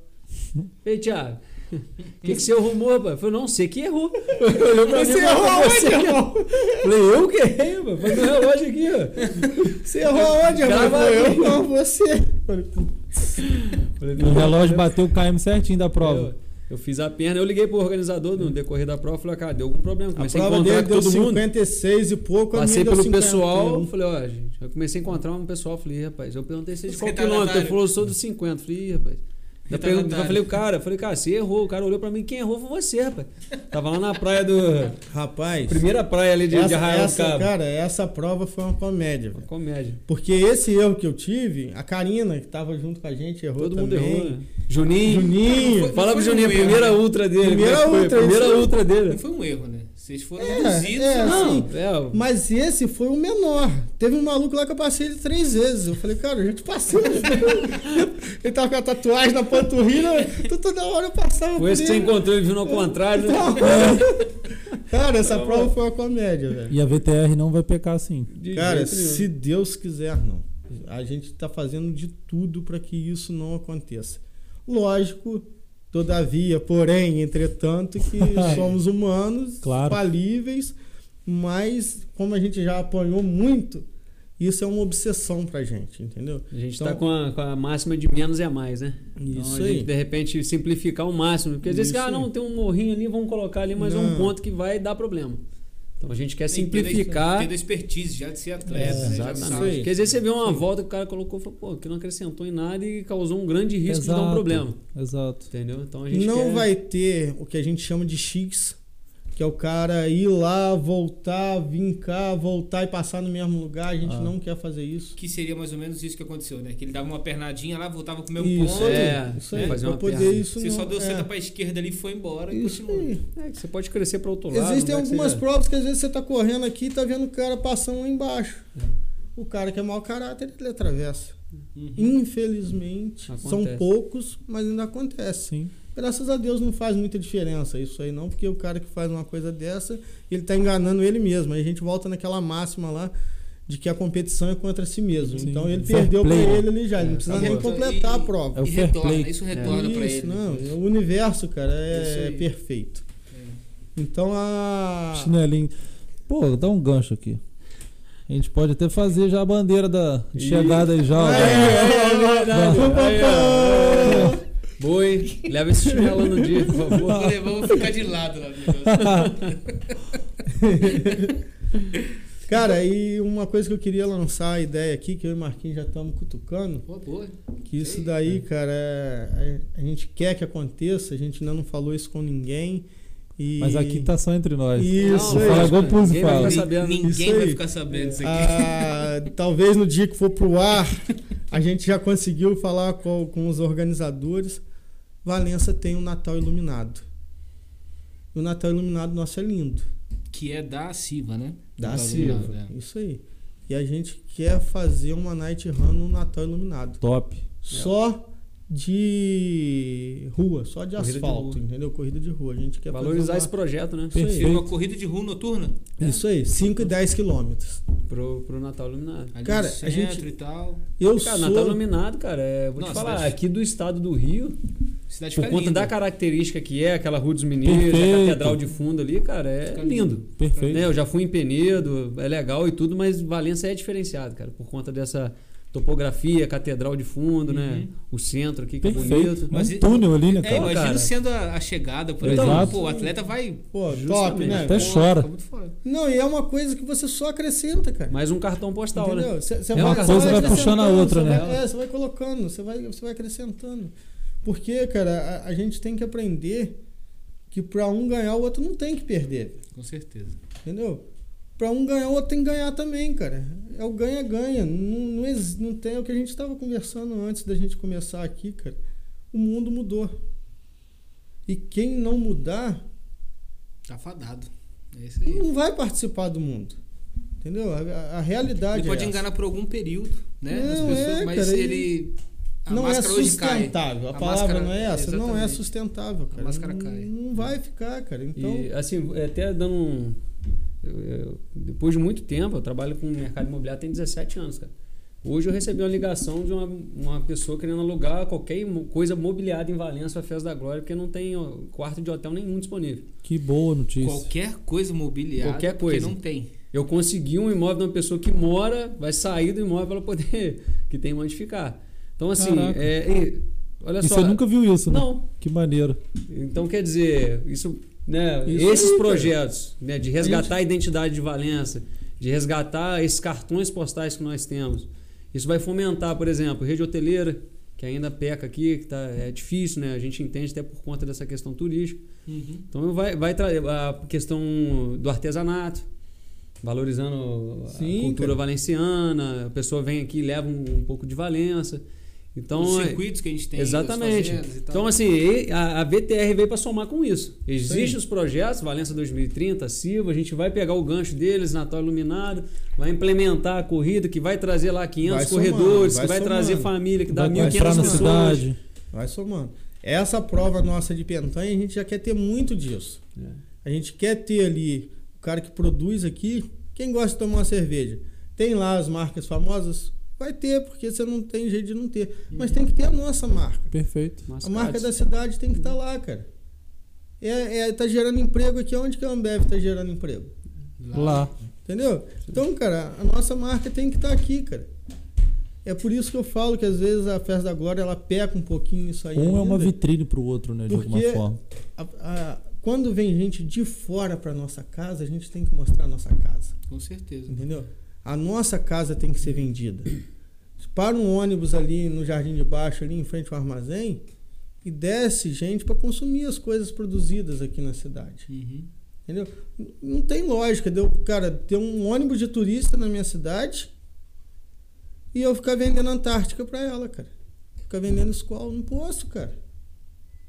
Ei, Thiago. O que, que você arrumou, rapaz? Eu falei, não, você que errou. Olhou pra
Você
mim e falou,
errou
"Você que errou." Falei, eu que errei, rapaz. Foi meu relógio aqui, ó.
Você errou onde,
Cara,
amor? Foi
vai-
eu, não, você. Falei,
Falei,
o relógio bateu o KM certinho da prova.
Eu, eu fiz a perna, eu liguei pro organizador no decorrer da prova, falei, "Ah, cara, deu algum problema.
A
Comecei a,
prova
encontrar
dele
com
deu
todo mundo.
56 e um. pouco, a
Passei
minha deu
pelo
50.
pessoal, falei, ó, gente, eu comecei a encontrar um pessoal, falei, "Ih, rapaz, eu perguntei se é de
Você
qual
tá
quilômetro, ele
otário.
falou, eu sou dos 50, falei, "Ih, rapaz.
Você
Eu,
tá
perguntei, eu
otário.
falei, o cara, eu falei, cara, você errou, o cara olhou pra mim, quem errou foi você, rapaz. Tava lá na praia do,
Rapaz,
primeira praia ali de, de
essa,
Arraial do
essa, é
Cabo.
cara, essa prova foi uma comédia. velho.
Uma comédia,
Porque esse erro que eu tive, a Karina, que tava junto com a gente, errou
todo mundo
também.
errou, né? Juninho,
Juninho.
Não foi-
fala pro
foi um
Juninho, a
erro,
primeira
né?
ultra dele. como é
Primeira
que foi?
ultra,
primeira
isso.
ultra
Não
dele.
foi um erro, né? Vocês foram
É,
induzidos.
é,
né?
Não,
assim,
é, o-
Mas esse foi o menor. Teve um maluco lá que eu passei ele três vezes. Eu falei, cara, eu já te passei. ele tava com a tatuagem na panturrilha. Então toda hora eu passava
foi esse que você encontrou, ele viu no contrário, né?
Cara, essa prova foi uma comédia, velho.
E a VTR não vai pecar assim.
De
Cara,
jeito nenhum.
se Deus quiser, não. A gente tá fazendo de tudo para que isso não aconteça. Lógico, todavia, porém, entretanto, que somos humanos,
Claro.
falíveis, mas como a gente já apanhou muito, isso é uma obsessão pra gente, entendeu?
A gente
Então-
tá com a, com a máxima de menos é mais, né?
Isso
a gente,
aí.
de repente, simplificar o máximo. Porque às vezes,
Isso
ah,
aí.
não, tem um morrinho ali, vamos colocar ali, mas é um
Não.
ponto que vai dar problema. Então a gente quer
Tem que ter-
simplificar.
Tendo a expertise já de ser atleta.
É,
né? Já
exatamente.
sabe.
Isso aí.
Porque às vezes você vê uma volta que o cara colocou e falou, pô, que não acrescentou em nada e causou um grande risco de dar um
Exato.
problema.
Exato.
Entendeu? Então a gente
Não
quer-
vai ter o que a gente chama de X, que é o cara ir lá, voltar, vir cá, voltar e passar no mesmo lugar. A gente
Ah.
não quer fazer isso.
Que seria mais ou menos isso que aconteceu, né? Que ele dava uma pernadinha lá, voltava com o meu
isso,
ponto.
é,
isso aí,
né? Fazer
pra
uma
poder
piada.
isso
Você
não,
só deu
é.
seta pra esquerda ali, foi embora e
Isso
continuou.
aí.
É, que você pode crescer para outro lado.
Existem
não vai que
algumas
seja-
provas que às vezes você tá correndo aqui e tá vendo o cara passando lá embaixo. O cara que é mau caráter, ele atravessa.
Uhum.
Infelizmente,
Acontece.
são poucos, mas ainda acontece.
Sim.
Graças a Deus não faz muita diferença isso aí não, porque o cara que faz uma coisa dessa, ele tá enganando ele mesmo. Aí a gente volta naquela máxima lá de que a competição é contra si mesmo.
Sim.
Então ele
Fair
perdeu pra
play, né?
ele ali já, ele não precisa nem
acabou.
completar a
E-
prova.
É o
e
fair
retorna,
play.
isso retorna pra
É Isso,
ele.
não, o universo, cara,
Isso
é
aí.
perfeito.
É.
Então
Ah.
a
Chinelinho. Pô, dá um gancho aqui. A gente pode até fazer já a bandeira da de
Ih.
chegada aí já. ó.
Aê,
É, é verdade.
Pum, pum,
Aí, ó.
pum.
Boa, hein? Leva esse chinelo no dia, por favor.
Eu falei, vamos ficar de lado lá. meu
Cara, e uma coisa que eu queria lançar a ideia aqui, que eu e o Marquinhos já estamos cutucando,
Boa, boa.
que isso daí, cara, é- a a gente quer que aconteça, a gente ainda não falou isso com ninguém. E...
Mas aqui tá só entre nós.
Isso
Não,
aí.
fala igual o Puzzi
Ninguém vai
fala.
ficar sabendo.
Ninguém
né? Isso
vai
aí.
ficar sabendo disso aqui.
Ah, talvez no dia que for pro ar, a gente já conseguiu falar com, com os organizadores. Valença tem um Natal iluminado. E o Natal Iluminado nosso é lindo.
Que é da Siva, né?
Da
Natal
Silva.
Iluminado, é.
Isso aí. E a gente quer fazer uma Night Run no Natal
É.
Iluminado.
Top.
Só de rua, só de
Corrida de
asfalto,
rua.
entendeu? Corrida de rua. A gente quer fazer
Valorizar
uma-
esse projeto, né?
Isso aí.
Seria uma corrida de rua noturna?
Isso aí, 5 e 10 quilômetros.
Pro, pro Natal Iluminado.
Ali
Cara,
no
a
centro
gente-
e tal.
Eu
Cara,
sou...
Natal Iluminado, cara, é, vou te
Nossa,
falar,
deve-
aqui do estado do Rio,
Cidade
por
fica
conta
linda.
da característica que é, aquela Rua dos Mineiros,
Perfeito.
a catedral de fundo ali, cara, é
Fica lindo.
lindo.
Perfeito.
Né, eu já fui em Penedo, é legal e tudo, mas Valença é diferenciado, cara, por conta dessa topografia, catedral de fundo, né? O centro aqui que é
Perfeito.
bonito.
Mas
Mas-
um túnel ali, né,
Então,
É,
cara?
mas-
imagina
cara.
sendo a, a chegada por
Exato.
exemplo. Pô, o atleta vai.
Pô, top,
Justamente.
né?
Até chora.
Tá muito fora.
Não, e é uma coisa que você só acrescenta, cara.
Mais um cartão postal, né?
Entendeu? Cê- cê
É uma
cê
coisa vai
puxando a
acrescentando,
outra,
cê
né?
vai- é, você vai colocando, você vai, você vai acrescentando. Porque, cara, a, a gente tem que aprender que pra um ganhar, o outro não tem que perder,
Com certeza.
entendeu? Pra um ganhar, o outro tem que ganhar também, cara. É o ganha-ganha. Não, não, ex- não tem é o que a gente estava conversando antes da gente começar aqui, cara. O mundo mudou. E quem não mudar,
Tá fadado. É isso aí.
não vai participar do mundo. Entendeu? A, a- a realidade
Ele
é
pode
essa.
enganar por algum período, né?
Não,
as pessoas,
é,
mas
cara,
ele. A
não é
máscara hoje cai.
sustentável. A,
A
palavra
máscara-
não é essa. Não é
exatamente.
sustentável, cara.
máscara
não,
cai.
Não vai ficar, cara. Então,
E assim, até dando um. eu- eu- depois de muito tempo, eu trabalho com o mercado imobiliário tem 17 anos, cara. Hoje eu recebi uma ligação de uma, uma pessoa querendo alugar qualquer imo- coisa mobiliada em Valença, a Festa da Glória, porque não tem ó, quarto de hotel nenhum disponível.
Que boa notícia.
Qualquer coisa mobiliada.
Qualquer
porque
coisa.
não tem.
Eu consegui um imóvel de uma pessoa que mora, vai sair do imóvel para poder, que tem onde ficar. Então, assim,
Caraca.
é, e- olha
E
só.
você nunca viu isso, né?
Não.
Que maneiro.
Então, quer dizer, isso, né,
Isso é
esses
aí, cara.
projetos né, de resgatar a identidade de Valença, de resgatar esses cartões postais que nós temos, isso vai fomentar, por exemplo, rede hoteleira, que ainda peca aqui, que tá, é difícil, né? A gente entende até por conta dessa questão turística.
Uhum.
Então, vai, vai trazer a questão do artesanato, valorizando
Sim,
a cultura
cara.
valenciana, a pessoa vem aqui e leva um, um pouco de Valença. Então,
Os
é-
circuitos que a gente tem. as
Exatamente.
fazendas e tal.
Então, assim, e- a, a VTR veio para somar com isso.
né? Sim.
Existem os projetos, Valença 2030, Silva, a gente vai pegar o gancho deles, Natal Iluminado, vai implementar a corrida, que vai trazer lá 500
Vai somando,
corredores,
vai
que vai
somando.
trazer família, que dá
Vai entrar
1.500
na
pessoas.
cidade.
vai somando. Essa prova nossa de pentanha, a gente já quer ter muito disso.
É.
A gente quer ter ali o cara que produz aqui. Quem gosta de tomar uma cerveja? Tem lá as marcas famosas? Vai ter, porque você não tem jeito de não ter. Mas tem que ter a nossa marca.
Perfeito.
Mas,
A marca
cara,
da cidade tem que estar lá, cara. É, é, tá gerando emprego aqui. Onde que a Ambev tá gerando emprego?
Lá.
Entendeu? Então, cara, a nossa marca tem que estar aqui, cara. É por isso que eu falo que às vezes a festa da glória ela peca um pouquinho isso aí.
Um é uma
ainda,
vitrine pro outro, né? De
Porque-
alguma forma.
a- a- quando vem gente de fora pra nossa casa, a gente tem que mostrar a nossa casa,
Com certeza.
entendeu? A nossa casa tem que ser vendida. Para um ônibus ali no jardim de baixo, ali em frente ao armazém, e desce gente pra consumir as coisas produzidas aqui na cidade.
Uhum.
Entendeu? N- Não tem lógica de eu, cara, ter um ônibus de turista na minha cidade e eu ficar vendendo Antártica pra ela, cara. Ficar vendendo escola. Não posso, cara.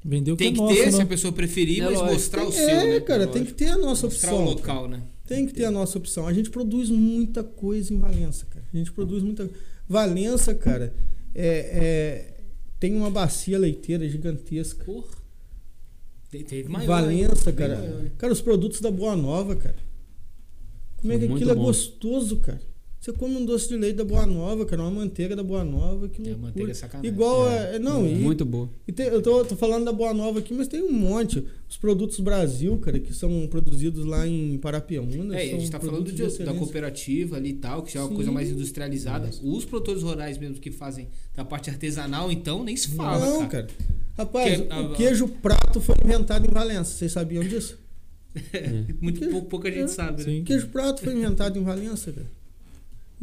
Vendeu o que é
Tem que
nosso,
ter, se a
né?
pessoa preferir,
É
mas
lógico.
mostrar o
Tem-
seu.
é,
né?
cara, tem que ter a nossa
mostrar
opção.
o local, né?
Tem que ter a nossa opção. A gente produz muita coisa em Valença, cara. A gente produz muita Valença, cara, é- é- tem uma bacia leiteira gigantesca.
Porra. Te- Teve maior.
Valença,
hein?
cara.
Bem maior, hein?
Cara, os produtos da Boa Nova, cara. Como é que
Muito
aquilo é
bom.
gostoso, cara? Você come um doce de leite da Boa Nova, cara, uma manteiga da Boa Nova, que
É,
loucura.
manteiga é sacanagem.
Igual
É.
a. Não, e-
Muito boa.
e tem- eu tô, tô falando da Boa Nova aqui, mas tem um monte. Os produtos Brasil, cara, que são produzidos lá em Parapiauína.
É, e a gente
são
tá falando
produtos
de- da
excelência.
cooperativa ali e tal, que já é uma
né? Sim.
coisa mais industrializada. Os produtores rurais mesmo que fazem da parte artesanal, então, nem se fala.
Não,
cara.
cara. Rapaz,
Que-
o queijo prato foi inventado em Valença. Vocês sabiam disso?
É.
Muito pouco, pouca gente
É,
sabe, né?
Sim.
O queijo prato foi inventado em Valença, cara.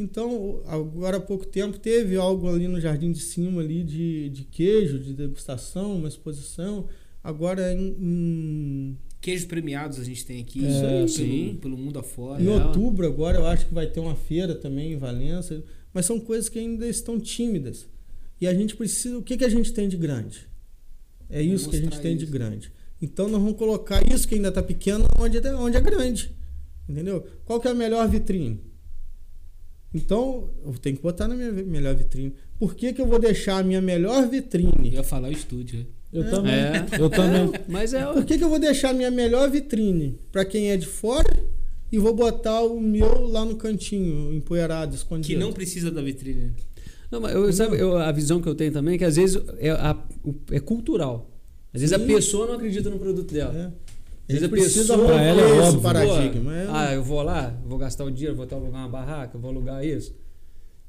Então, o- agora há pouco tempo teve algo ali no jardim de cima ali de, de queijo, de degustação, uma exposição. Agora em, em,
Queijos premiados a gente tem aqui.
É, Isso aí.
pelo,
sim.
pelo mundo afora.
em
É, ó.
outubro agora eu acho que vai ter uma feira também em Valença, mas são coisas que ainda estão tímidas. E a gente precisa, o que que a gente tem de grande? É isso que a gente
Mostrar
tem de
isso.
grande. Então nós vamos colocar isso que ainda está pequeno onde é, onde é grande. Entendeu? Qual que é a melhor vitrine? Então, eu tenho que botar na minha vi- melhor vitrine. Por que, que eu vou deixar a minha melhor
Eu
vitrine?
ia falar o estúdio, né?
Eu
É.
também.
É.
Eu também.
É, mas é.
Por que, que eu vou deixar a minha melhor vitrine para quem é de fora e vou botar o meu lá no cantinho, empoeirado, escondido?
Que não precisa da vitrine. né?
Não, mas eu, sabe, eu- a visão que eu tenho também é que às vezes é, a- o- é cultural. Às vezes
Sim.
a pessoa não acredita no produto dela.
É.
Às vezes a
precisa
pessoa
pra ela é
fala,
óbvio.
"Pô,
paradigma, é.
Ah, eu vou lá, vou gastar o dinheiro, vou até alugar uma barraca, vou alugar isso.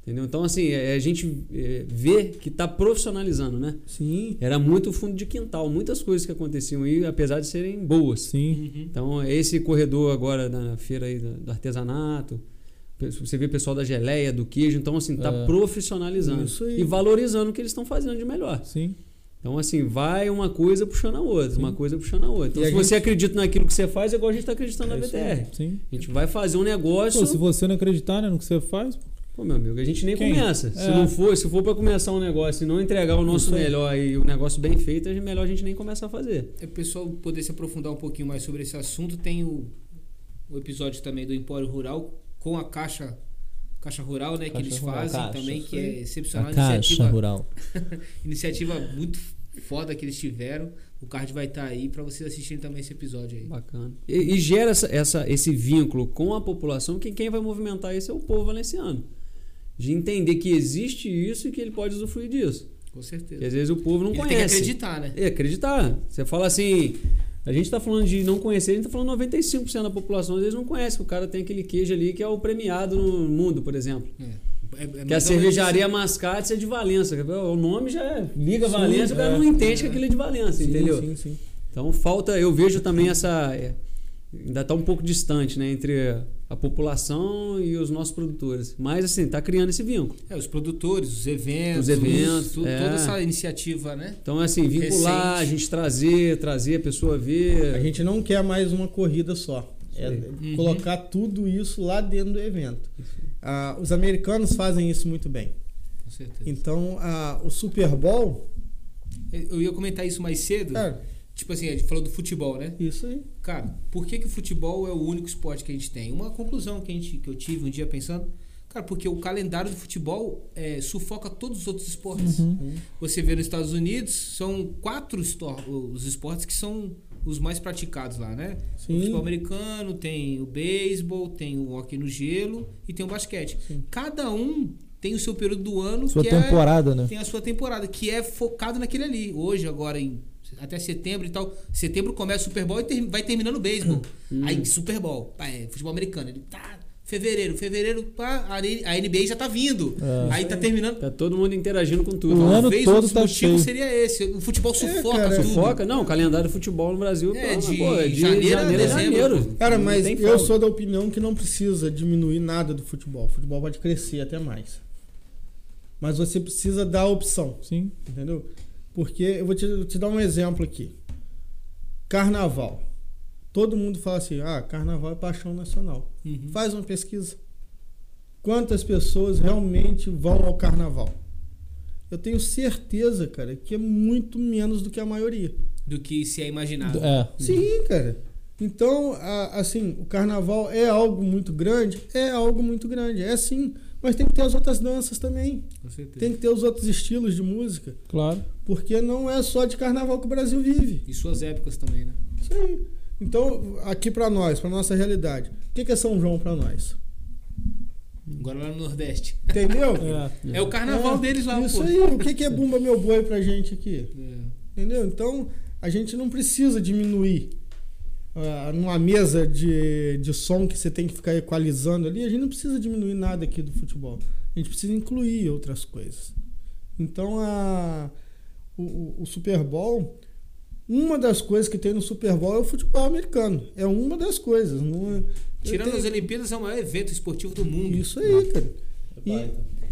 Entendeu? Então, assim, é- a gente é, vê que tá profissionalizando, né?
Sim.
Era muito fundo de quintal, muitas coisas que aconteciam aí, apesar de serem boas.
Sim.
Uhum.
Então, esse corredor agora na feira aí do do artesanato, pe- você vê o pessoal da geleia, do queijo, então assim, tá
É.
profissionalizando
Isso aí.
e valorizando o que eles estão fazendo de melhor.
Sim.
Então assim, vai uma coisa puxando a outra, uma coisa puxando a outra. Então
E
se
a
você acredita naquilo que você faz, é igual a gente tá acreditando
É
na
isso
VTR.
Sim.
A gente vai fazer um negócio.
Pô, se você não acreditar né, no que você faz,
Pô, meu amigo, a gente nem
Quem?
começa. Se
É.
não for, se for para começar um negócio e não entregar o nosso
Isso aí.
melhor e o negócio bem feito, é melhor a gente nem começar a fazer.
É o pessoal poder se aprofundar um pouquinho mais sobre esse assunto, tem o, o episódio também do Empório Rural com a Caixa Caixa Rural, né? que
Caixa
eles
Rural,
fazem
Caixa,
também,
isso
que é
aí.
excepcional.
a caixa
iniciativa,
rural.
iniciativa muito foda que eles tiveram. O card vai estar aí pra vocês assistirem também esse episódio aí.
Bacana. E, e gera essa, essa- esse vínculo com a população, que quem vai movimentar isso é o povo valenciano. De entender que existe isso e que ele pode usufruir disso.
Com
Porque
certeza.
às vezes o povo não
Ele tem que
conhece.
acreditar, né?
É, acreditar. Você fala assim, a gente tá falando de não conhecer, a gente tá falando 95% da população, às vezes não conhece, que o cara tem aquele queijo ali que é o premiado no mundo, por exemplo.
É- é mais ou
Que a
menos
cervejaria
assim.
Mascate é de Valença. que O nome já é Liga
Sim,
Valença, o cara
é.
não entende que aquilo é de Valença,
Sim,
entendeu?
Sim, sim.
Então falta, eu vejo também essa. é, ainda está um pouco distante, né? Entre a população e os nossos produtores. Mas assim, tá criando esse vínculo.
É, os produtores, os eventos,
Os eventos,
tu-
é.
toda essa iniciativa, né?
Então é assim, vincular,
Recente.
a gente trazer, trazer a pessoa ver.
A gente não quer mais uma corrida só. É
Uhum.
colocar tudo isso lá dentro do evento. Ah, os americanos fazem isso muito bem.
Com certeza.
Então, ah, o Super Bowl.
Eu ia comentar isso mais cedo.
Cara,
Tipo assim, a gente falou do futebol, né?
isso aí.
Cara, por que, que o futebol é o único esporte que a gente tem? Uma conclusão que, a gente, que eu tive um dia pensando. Cara, porque o calendário do futebol é, sufoca todos os outros esportes.
Uhum.
Você vê nos Estados Unidos, são quatro esto- os esportes que são os mais praticados lá, né?
Sim.
O futebol americano, tem o beisebol, tem o hockey no gelo e tem o basquete. Cada um tem o seu período do ano
Sua
que é
temporada, né?
tem a sua temporada, que é focado naquele ali. Hoje, agora, em, até setembro e tal. Setembro começa o Super Bowl e ter- vai terminando o beisebol. Aí, Super Bowl, pá, é, futebol americano. Ele tá. Fevereiro, fevereiro, pá, a N- a NBA já tá vindo. aí tá terminando.
Tá todo mundo interagindo com
O
tudo.
ano
Talvez
todo
um dos
tá
motivos
cheio.
seria esse. O futebol sufoca
cara,
tudo.
Foca? Não, o calendário do futebol no Brasil
É,
pô,
de
pô, é de
janeiro
janeiro,
a
a
dezembro.
janeiro.
Cara,
Não
mas
tem
eu
folga.
sou da opinião que não precisa diminuir nada do futebol. O futebol pode crescer até mais. Mas você precisa dar a opção,
Sim.
entendeu? Porque eu vou te, eu te dar um exemplo aqui. Carnaval. Todo mundo fala assim: ah, carnaval é paixão nacional.
Uhum.
Faz uma pesquisa. Quantas pessoas realmente vão ao carnaval? Eu tenho certeza, cara, que é muito menos do que a maioria.
Do que se é imaginado.
É.
Sim, cara. Então, a- assim, o carnaval é algo muito grande? É algo muito grande, é sim. Mas tem que ter as outras danças também.
Com certeza.
Tem que ter os outros estilos de música.
Claro.
Porque não é só de carnaval que o Brasil vive.
E suas épocas também, né?
Isso aí. Então, aqui pra nós, pra nossa realidade, o que, que é São João pra nós?
Agora lá no Nordeste.
Entendeu?
É.
É, o carnaval
É,
deles lá,
Isso
pô.
aí. O que, que é Bumba Meu Boi pra gente aqui?
É.
Entendeu? Então, a gente não precisa diminuir ah, numa mesa de, de som que você tem que ficar equalizando ali. A gente não precisa diminuir nada aqui do futebol. A gente precisa incluir outras coisas. Então, a, o- o, o Super Bowl, uma das coisas que tem no Super Bowl é o futebol americano. É uma das coisas. Não é,
Tirando
tem-
as Olimpíadas, é o maior evento esportivo do mundo.
Isso aí, cara. E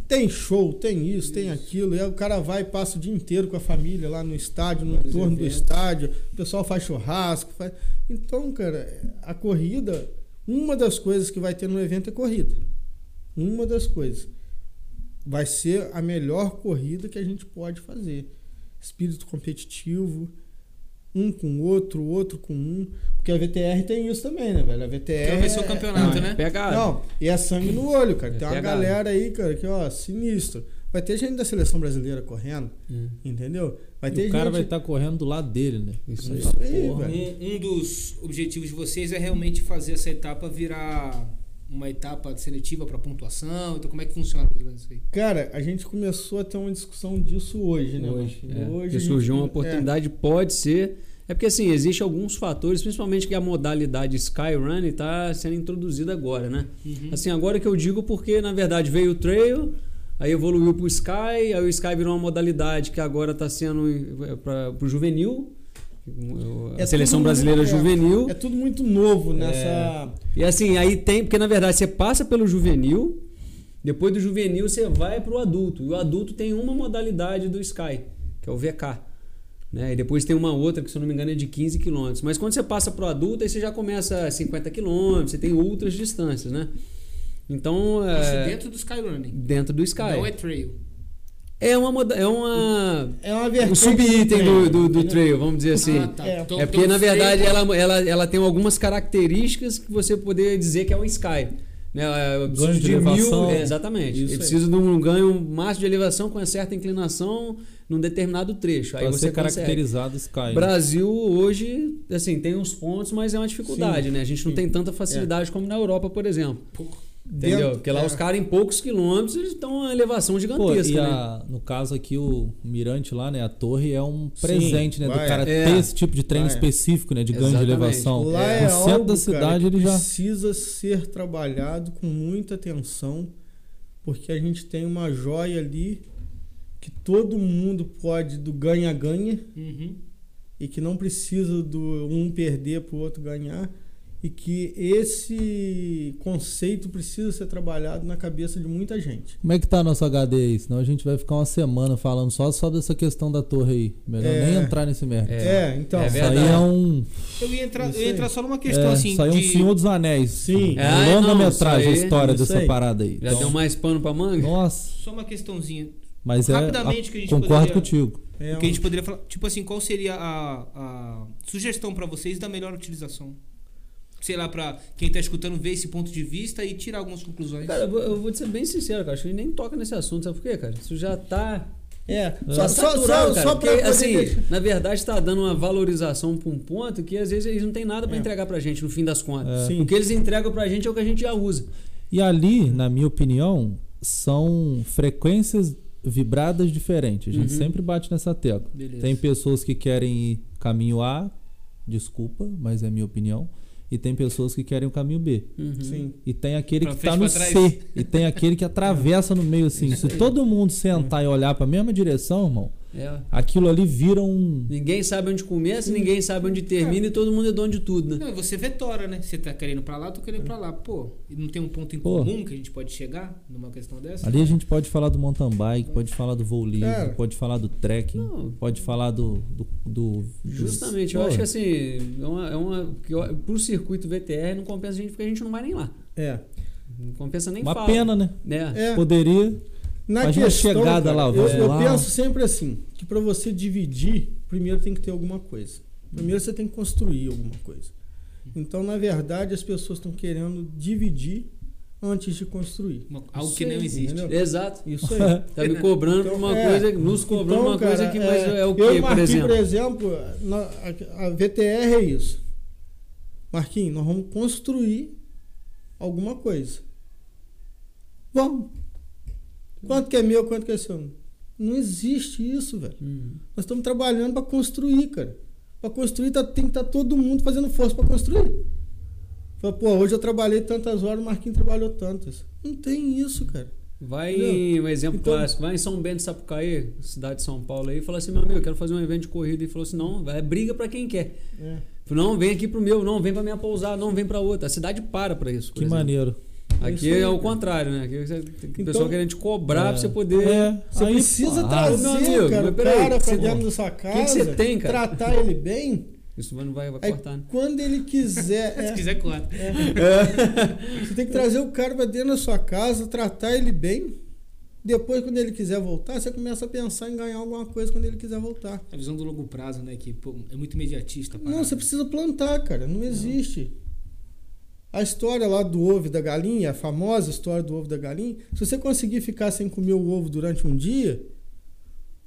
tem show, tem isso, tem aquilo. E aí o cara vai e passa o dia inteiro com a família lá no estádio, no
Vários
entorno do
eventos.
estádio. O pessoal faz churrasco. faz- Então, cara, a corrida, uma das coisas que vai ter no evento é corrida. Uma das coisas. Vai ser a melhor corrida que a gente pode fazer. Espírito competitivo, um com o outro, outro com um. Porque a VTR tem isso também, né, velho? A VTR.
Atravessou
é-
o campeonato,
é
né?
pegado.
Não, e é sangue no olho, cara.
É
Tem uma
pegado.
galera aí, cara, que, ó, sinistro. Vai ter gente da seleção brasileira correndo,
É,
entendeu? Vai ter
E
gente.
o cara vai estar correndo do lado dele, né?
tá Isso aí.
Isso aí,
Porra.
velho.
Um, um dos objetivos de vocês é realmente fazer essa etapa virar uma etapa seletiva para pontuação. Então, como é que funciona mais ou menos isso aí?
Cara, a gente começou a ter uma discussão disso hoje, né?
Hoje,
mano?
é.
hoje
Porque surgiu
a gente-
uma oportunidade, pode ser. É porque assim, existem alguns fatores, principalmente que a modalidade Skyrun está sendo introduzida agora, né?
Uhum.
Assim, agora que eu digo porque, na verdade, veio o Trail, aí evoluiu para o Sky, aí o Sky virou uma modalidade que agora está sendo para o juvenil, a
É
seleção
tudo
brasileira
muito- é,
juvenil.
É tudo muito novo nessa.
E assim, aí tem, porque na verdade você passa pelo juvenil, depois do juvenil você vai pro adulto. E o adulto tem uma modalidade do Sky, que é o VK. Né? E depois tem uma outra, que se eu não me engano é de 15 quilômetros Mas quando você passa pro adulto, aí você já começa 50 quilômetros você tem outras distâncias, né? Então.
Isso
é,
dentro do Skyrunning.
dentro do Sky.
Não é trail.
É uma. moda- É uma
É, uma
um
vertente.
sub-item do, do, do
entendeu?
trail, vamos dizer assim.
é Ah, tá.
É.
Então,
É porque,
então
na
os trail-
verdade, ela, ela, ela tem algumas características que você poder dizer que é um Sky. Né? Eu preciso
Ganho de elevação.
é, exatamente.
Isso
eu
aí.
preciso de um ganho máximo de elevação com uma certa inclinação num determinado trecho. Aí
Pra
você
ser
caracteriza.
caracterizado Sky. né?
Brasil hoje, assim, tem uns pontos, mas é uma dificuldade, né? A gente não
sim.
tem tanta facilidade
É.
como na Europa, por exemplo. Entendeu?
Dentro-
Porque lá
é.
os caras, em poucos quilômetros, eles estão uma elevação
Pô,
gigantesca,
e
né?
a- no caso aqui, o mirante lá, né? A torre é um presente, né? Do
vai,
cara
é.
ter esse tipo de treino
Vai, é.
específico, né? De ganho de
Exatamente.
elevação.
Lá
no
é
centro
algo,
da
cara,
cidade ele
que
já.
precisa ser trabalhado com muita atenção, porque a gente tem uma joia ali que todo mundo pode do ganha-ganha
Uhum.
e que não precisa do um perder para o outro ganhar e que esse conceito precisa ser trabalhado na cabeça de muita gente.
Como é que tá nosso HD aí? Senão a gente vai ficar uma semana falando só, só dessa questão da torre aí. Melhor
É.
nem entrar nesse merda.
É, então.
É
Isso
verdade.
aí é um.
Eu ia entrar,
Isso
eu ia
aí.
entrar só numa questão
é,
assim.
isso aí é um
de...
Senhor dos Anéis.
Sim.
É
Ah,
longa
não,
metragem a
isso aí,
história
isso
dessa
aí.
parada aí.
Já
Então,
deu mais pano pra manga?
Nossa,
Só uma questãozinha.
mas é.
Rapidamente que a gente poderia-
concordo contigo.
É
O que a gente poderia falar, tipo assim, qual seria a, a sugestão pra vocês da melhor utilização? Sei lá, pra quem tá escutando ver esse ponto de vista e tirar algumas conclusões.
Cara, eu vou, eu vou te ser bem sincero, cara. Acho que a gente nem toca nesse assunto, sabe por quê, cara? Isso já tá.
É,
Só,
só, só,
saturado,
só,
cara.
só
porque,
para poder
assim,
deixar-
na verdade, tá dando uma valorização pra um ponto que às vezes eles não têm nada pra
É.
entregar pra gente, no fim das contas.
É. Sim.
O que eles entregam pra gente é o que a gente já usa.
E ali, na minha opinião, são frequências vibradas diferentes. A gente
Uhum.
sempre bate nessa tecla.
Beleza.
Tem pessoas que querem ir caminho A, desculpa, mas é minha opinião. E tem pessoas que querem o caminho B.
Uhum.
Sim.
E tem aquele
Pra
que
frente,
tá no
pra trás.
C. E tem aquele que atravessa no meio assim. Se todo mundo sentar e olhar pra mesma direção, irmão,
É.
aquilo ali vira um.
Ninguém sabe onde começa, ninguém sabe onde termina e todo mundo é dono de tudo, né?
Não, e você vetora, né? Você tá querendo pra lá, eu tô querendo pra lá. Pô, e não tem um ponto em
Pô.
comum que a gente pode chegar numa questão dessa?
Ali a gente pode falar do mountain bike, pode falar do voo livre,
Cara.
pode falar do trekking,
Não.
pode falar do. do, do- do-
Justamente, eu
Pô,
acho que assim, é uma. É uma que eu- pro circuito VTR não compensa a gente porque a gente não vai nem lá.
É.
Não compensa nem
Uma
fala.
pena, né?
Né?
É.
Poderia.
Na
Imagina a
questão,
chegada
cara,
lá,
eu,
vai
eu
lá.
penso sempre assim, que para você dividir, primeiro tem que ter alguma coisa. Primeiro você tem que construir alguma coisa. Então, na verdade, as pessoas estão querendo dividir antes de construir.
Uma- algo
Isso
que não
aí,
existe.
entendeu?
Exato.
Isso aí.
Tá me cobrando por uma
é.
coisa, nos cobrando
Então,
uma coisa
cara,
que mas é, o
eu
quê, por
marquei,
exemplo?
por exemplo, na- a, a VTR é isso. Marquinhos, nós vamos construir alguma coisa. Vamos. Quanto que é meu, quanto que é seu? Não existe isso, velho.
Uhum.
Nós estamos trabalhando para construir, cara. Para construir, tá- tem que estar todo mundo fazendo força para construir. Fala, pô, hoje eu trabalhei tantas horas, o Marquinhos trabalhou tantas. Não tem isso, cara.
Vai em
Entendeu?
um exemplo
Então-
clássico, vai em São Bento de Sapucaí, cidade de São Paulo aí, e fala assim, meu amigo, eu quero fazer um evento de corrida. E falou assim, não, vai, é briga pra quem quer.
É.
Falou, não, vem aqui pro meu, não, vem pra minha pousada, não, vem pra outra. A cidade para pra isso. por
Que
exemplo.
maneiro.
Aqui
Isso aí,
é o
cara.
contrário, né? Aqui você- tem
Então-
o pessoal querendo te cobrar pra você poder...
É,
Você
aí,
precisa
pô,
"Ah, meu
trazer
amigo,
cara,
mas
o
peraí,
cara pra
você-
dentro da sua casa.
que você tem, cara? Tá
Tratar ele bem.
Isso não vai, vai
Aí,
cortar, né?
quando ele quiser. é,
Se quiser, corta.
você tem que trazer o cara pra dentro da sua casa, tratar ele bem. Depois, quando ele quiser voltar, você começa a pensar em ganhar alguma coisa quando ele quiser voltar.
A visão do longo prazo, né? Que pô, é muito imediatista. a
Não,
parada.
você precisa plantar, cara. Não existe. A história lá do ovo e da galinha, a famosa história do ovo e da galinha, se você conseguir ficar sem comer o ovo durante um dia,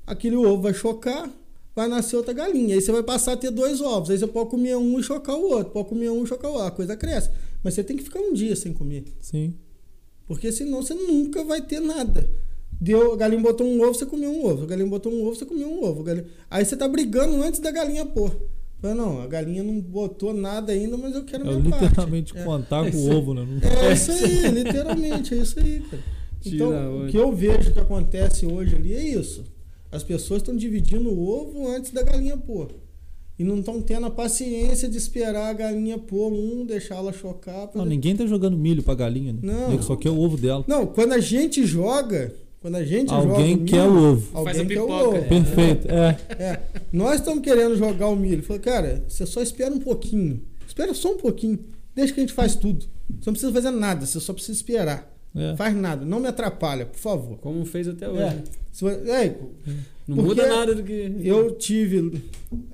aquele ovo vai chocar, vai nascer outra galinha. Aí você vai passar a ter dois ovos. Aí você pode comer um e chocar o outro. Pode comer um e chocar o outro. A coisa cresce. Mas você tem que ficar um dia sem comer.
Sim.
Porque senão você nunca vai ter nada. Deu, a galinha botou um ovo, você comeu um ovo. A galinha botou um ovo, você comeu um ovo. A galinha- Aí você tá brigando antes da galinha pôr. Fala, não, a galinha não botou nada ainda, mas eu quero
É
minha
literalmente
parte. É.
contar com o ovo, né? Não-
É isso aí, literalmente, é isso aí, cara.
Tira
Então,
onda.
o que eu vejo que acontece hoje ali é isso. As pessoas estão dividindo o ovo antes da galinha pôr. E não estão tendo a paciência de esperar a galinha pôr um, deixar ela chocar. pra
Não, ninguém tá jogando milho pra galinha, né?
Não.
Nego Só quer o ovo dela.
Não, quando a gente joga, quando a gente joga.
Alguém
milho,
quer o ovo.
Alguém
Faz a
quer o
pipoca.
ovo.
Perfeito. É.
É. Nós estamos querendo jogar o milho. Falei, cara, você só espera um pouquinho. Espera só um pouquinho. Deixa que a gente faz tudo. Você não precisa fazer nada, você só precisa esperar.
é.
Faz nada, não me atrapalha, por favor.
Como fez até hoje.
É.
né?
Se vo- é,
Não
Porque
muda nada do que.
eu tive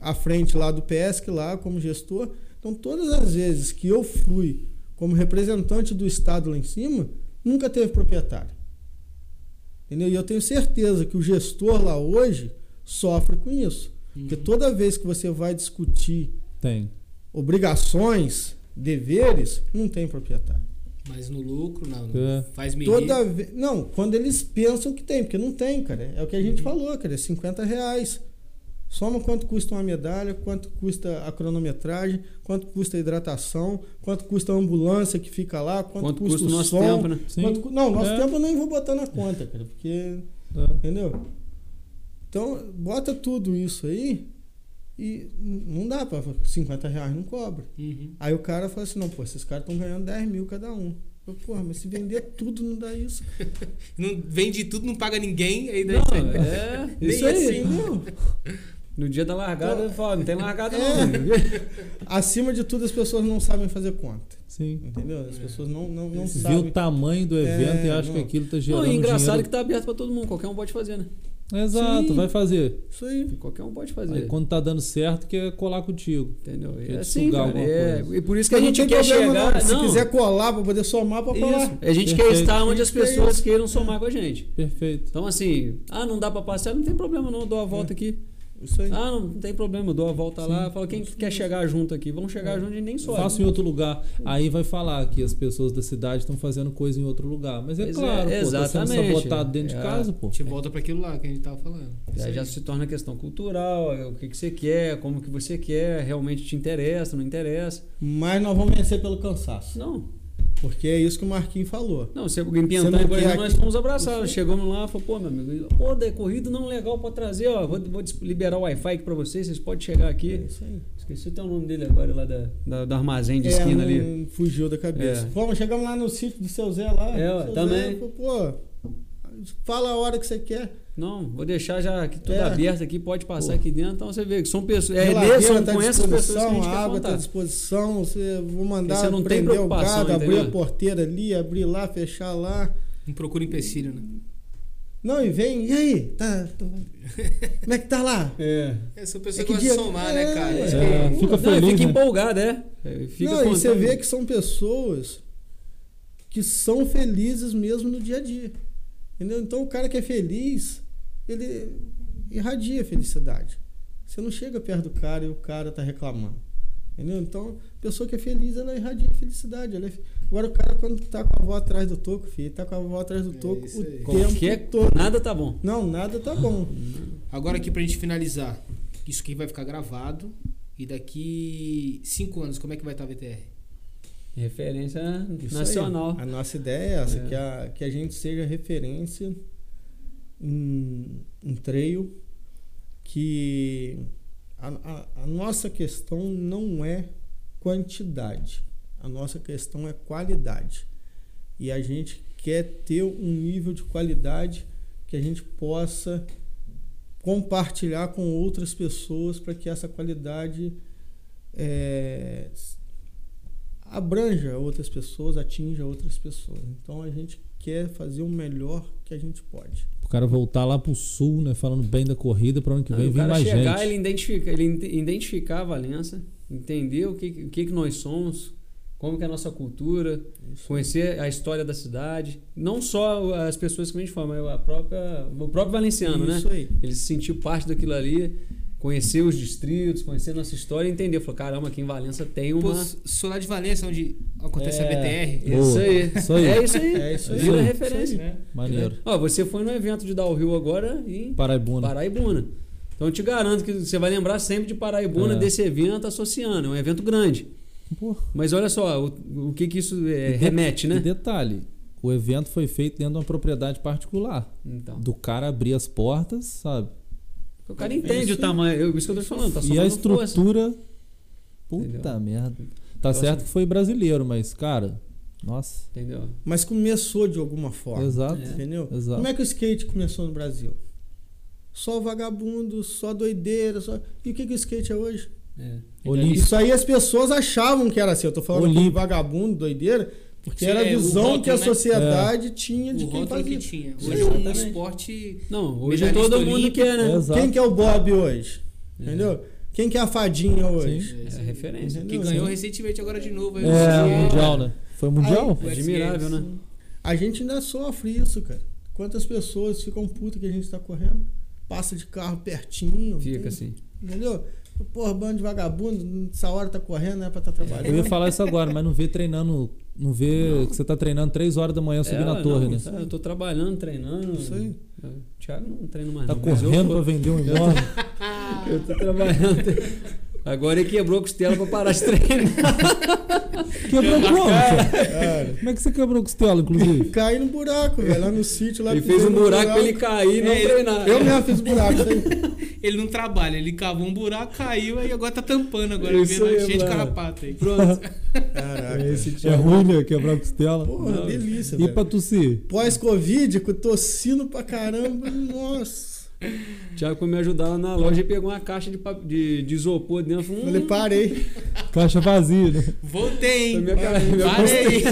à frente lá do PESC, lá como gestor. Então, todas as vezes que eu fui como representante do Estado lá em cima, nunca teve proprietário. Entendeu? E eu tenho certeza que o gestor lá hoje sofre com isso.
Uhum.
Porque toda vez que você vai discutir
Tem.
obrigações, deveres, não tem proprietário.
Mas no lucro, não.
É.
Faz me rir.
Toda vez. Não, quando eles pensam que tem, porque não tem, cara. É o que a gente
Uhum.
falou, cara. É 50 reais. Soma quanto custa uma medalha, quanto custa a cronometragem, quanto custa a hidratação, quanto custa a ambulância que fica lá, quanto,
Quanto
custa,
custa o
o
nosso
som,
tempo, né?
Sim.
quanto cu- Não, nosso
É.
tempo eu nem vou botar na conta, cara, porque. Entendeu? Então, bota tudo isso aí e n- não dá pra. 50 reais não cobra.
Uhum.
Aí o cara fala assim: não, pô, esses caras estão ganhando 10 mil cada um. Eu, Porra, mas se vender tudo não dá isso.
Não vende tudo, não paga ninguém, aí daí
Não,
sai.
é.
Nem
Isso aí.
assim, não.
No dia da largada, eu falo, Então, não tem largada
É. Acima de tudo, as pessoas não sabem fazer conta.
Sim.
Entendeu?
É.
As pessoas não, não,
Viu
não sabem.
o
Tá.
tamanho do evento
É,
e acha que
não.
aquilo tá
não.
gerando
Não, e engraçado
dinheiro.
que tá aberto pra todo mundo, qualquer um pode fazer, né?
Exato,
Sim.
vai fazer.
Isso aí.
Qualquer um pode fazer.
Aí quando tá dando certo, quer colar contigo.
Entendeu?
Quer
É assim,
sugar
cara,
alguma
é.
coisa.
E por isso que a
Não
gente
tem
quer
problema,
chegar.
não. Se
não,
quiser colar pra poder somar, pra falar.
isso. A gente quer
Perfeito.
estar onde as
Isso é
pessoas
isso.
queiram somar com a gente.
Perfeito.
Então, assim, ah, não dá pra passear, não tem problema, não, eu dou a volta aqui.
Isso aí.
Ah, não, não tem problema, eu dou a volta lá. Fala, quem quer chegar junto aqui? Vamos chegar junto e nem só. é
Faço em outro lugar. Aí vai falar que as pessoas da cidade estão fazendo coisa em outro lugar. Mas é
Pois é,
claro, pô, tá sendo
exatamente.
sabotado dentro
É.
de casa, pô.
A gente volta pra aquilo lá que a gente tava falando.
É,
Já, já se torna questão cultural, é, o que, que você quer, como que você quer, realmente te interessa, não interessa.
Mas nós vamos vencer pelo cansaço.
Não,
Porque é isso que o Marquinhos falou.
não, se alguém pintar,
Você não
por
quer
exemplo,
aqui-
nós fomos
Isso
abraçar.
aí.
Chegamos lá, falou, pô, meu amigo, pô, decorrido não legal pra trazer, ó, vou, vou des- liberar o Wi-Fi aqui pra vocês, vocês podem chegar
É
aqui.
isso aí.
Esqueci até o nome dele agora, lá da, da- do armazém de esquina
É,
ali.
não Fugiu da cabeça.
É.
Vamos, chegamos lá no sítio do seu Zé lá.
É, ó,
Seu
também.
Zé, pô, pô, fala a hora que você quer.
Não, vou deixar já aqui tudo
É.
aberto aqui, pode passar
Pô.
aqui dentro. Então você vê que são pessoas. É,
Geladeira
são
tá à
com essas pessoas que a
disposição,
gente
a
quer
água está à
contar.
disposição, você vou mandar
Você não tem
prender o
preocupação,
gado, abrir
entendeu?
a porteira ali, abrir lá, fechar lá.
Não procura empecilho, né?
Não, e vem, e aí? Tá, tá- como é que tá lá?
É.
Essa pessoa
É que
gosta de
dia-
somar, né, cara?
É,
Isso que-
É, fica
Não,
feliz,
fica
né?
empolgado, é. É, Fica
não, e você
contando.
vê que são pessoas que são felizes mesmo no dia a dia. Entendeu? Então o cara que é feliz, ele irradia felicidade. Você não chega perto do cara e o cara tá reclamando. Entendeu? Então, a pessoa que é feliz, ela irradia felicidade. ela é fe- Agora o cara quando tá com a avó atrás do toco, filho, tá com a avó atrás do
É
toco
isso
o
aí.
tempo
Qualquer
todo.
Nada tá bom.
Não, nada tá bom.
Agora aqui pra gente finalizar. Isso aqui vai ficar gravado. E daqui cinco anos, como é que vai estar a VTR?
Referência
Isso aí.
nacional.
A nossa ideia é essa,
É.
Que, a, que a gente seja referência em, em trail, que a, a- a nossa questão não é quantidade, a nossa questão é qualidade. E a gente quer ter um nível de qualidade que a gente possa compartilhar com outras eh, pessoas para que essa qualidade é, abranja outras pessoas, atinja outras pessoas. Então a gente quer fazer o melhor que a gente pode.
O cara voltar lá pro sul, né? Falando bem da corrida, pra ano que
Não,
vem
o
vir
cara
mais
chegar,
gente.
ele identifica, ele ide- identificar a Valença, entender o que, o que, que nós somos, como que é a nossa cultura, conhecer a história da cidade. Não só as pessoas que a gente forma, mas a própria, o próprio valenciano, né?
Isso aí.
Ele se sentiu parte daquilo ali, conhecer os distritos, conhecer a nossa história e entender. Falou, caramba, aqui em Valença tem uma.
Pô, sou lá de Valença, onde acontece
É,
a BTR.
Isso
Boa.
aí.
Isso aí.
É isso aí.
É isso aí.
Vira
Isso aí.
referência.
Né?
Maneiro.
Ó, você foi no evento de Downhill agora em
Paraibuna.
Paraibuna. Então eu te garanto que você vai lembrar sempre de Paraibuna
É.
desse evento associando. É um evento grande.
Pô,
Mas olha só, o, o que, que isso é,
E de-
remete,
E
né?
detalhe, o evento foi feito dentro de uma propriedade particular.
Então.
Do cara abrir as portas, sabe?
O cara
É
entende
isso
o tamanho. eu- Isso que eu tô te falando, tá
e a
somando força.
estrutura. Puta
Entendeu?
merda. Tá
Então,
certo
assim-
que foi brasileiro, mas, cara, nossa.
Entendeu?
Mas começou de alguma forma.
Exato.
É.
Entendeu?
Exato.
Como é que o skate começou no Brasil? Só vagabundo, só doideira, só. E o que, que o skate é hoje?
É.
Olímpico.
Isso aí as pessoas achavam que era assim. Eu tô falando como
Olímpico.
vagabundo, doideira, porque
Sim,
era a
é, o
visão
rótulo,
que a
né?
sociedade tinha de
O
quem
rótulo que
fazia.
tinha.
Sim,
Hoje é um
exatamente.
esporte.
Não, hoje
Medalhista
todo mundo
olímpico.
quer, né?
Exato.
Quem que é o Bob hoje? Entendeu? Quem que é a fadinha hoje?
Sim.
É a referência.
Que
Não,
ganhou
sim.
recentemente agora de novo. aí,
É,
o-
mundial, né? Foi mundial?
Aí-
Admirável, né?
A gente ainda sofre isso, cara. Quantas pessoas ficam putas que a gente tá correndo? Passa de carro pertinho.
Fica
entende?
assim.
Entendeu? Porra, bando de vagabundo, essa hora tá correndo, não é pra estar
Eu ia
trabalhando.
falar isso agora, mas não vê treinando. Não vê que você tá treinando 3 horas da manhã subindo
É,
a torre,
não,
né?
tá, Eu tô trabalhando, treinando.
Isso aí.
O Thiago não treina mais
Tá
não, mas eu
correndo
tô.
pra vender um imóvel.
Eu tô trabalhando. Agora ele quebrou a costela pra parar de treinar.
Quebrou como? cara?
Cara,
Como é que você quebrou a costela, inclusive?
caí no buraco, velho. Lá no sítio, Tá lá
Ele
pisei
fez um
no
buraco pra ele cair e não
É,
treinar.
Eu mesmo fiz buraco, né? isso aí.
Ele não trabalha, ele cavou um buraco, caiu, aí agora tá tampando agora,
Isso
vendo
aí,
cheio de
mano.
carrapato aí.
Caraca, esse
É
tio.
ruim, né? Quebrar a costela.
Porra,
Não.
delícia,
E
velho.
pra tossir?
Pós-Covid, com tossindo pra caramba, nossa.
O Thiago foi me ajudar lá na loja e pegou uma caixa de, pap- de, de isopor dentro. Hum,
Falei, parei.
Caixa vazia, né?
Voltei,
Foi
hein?
minha cara- minha
Parei.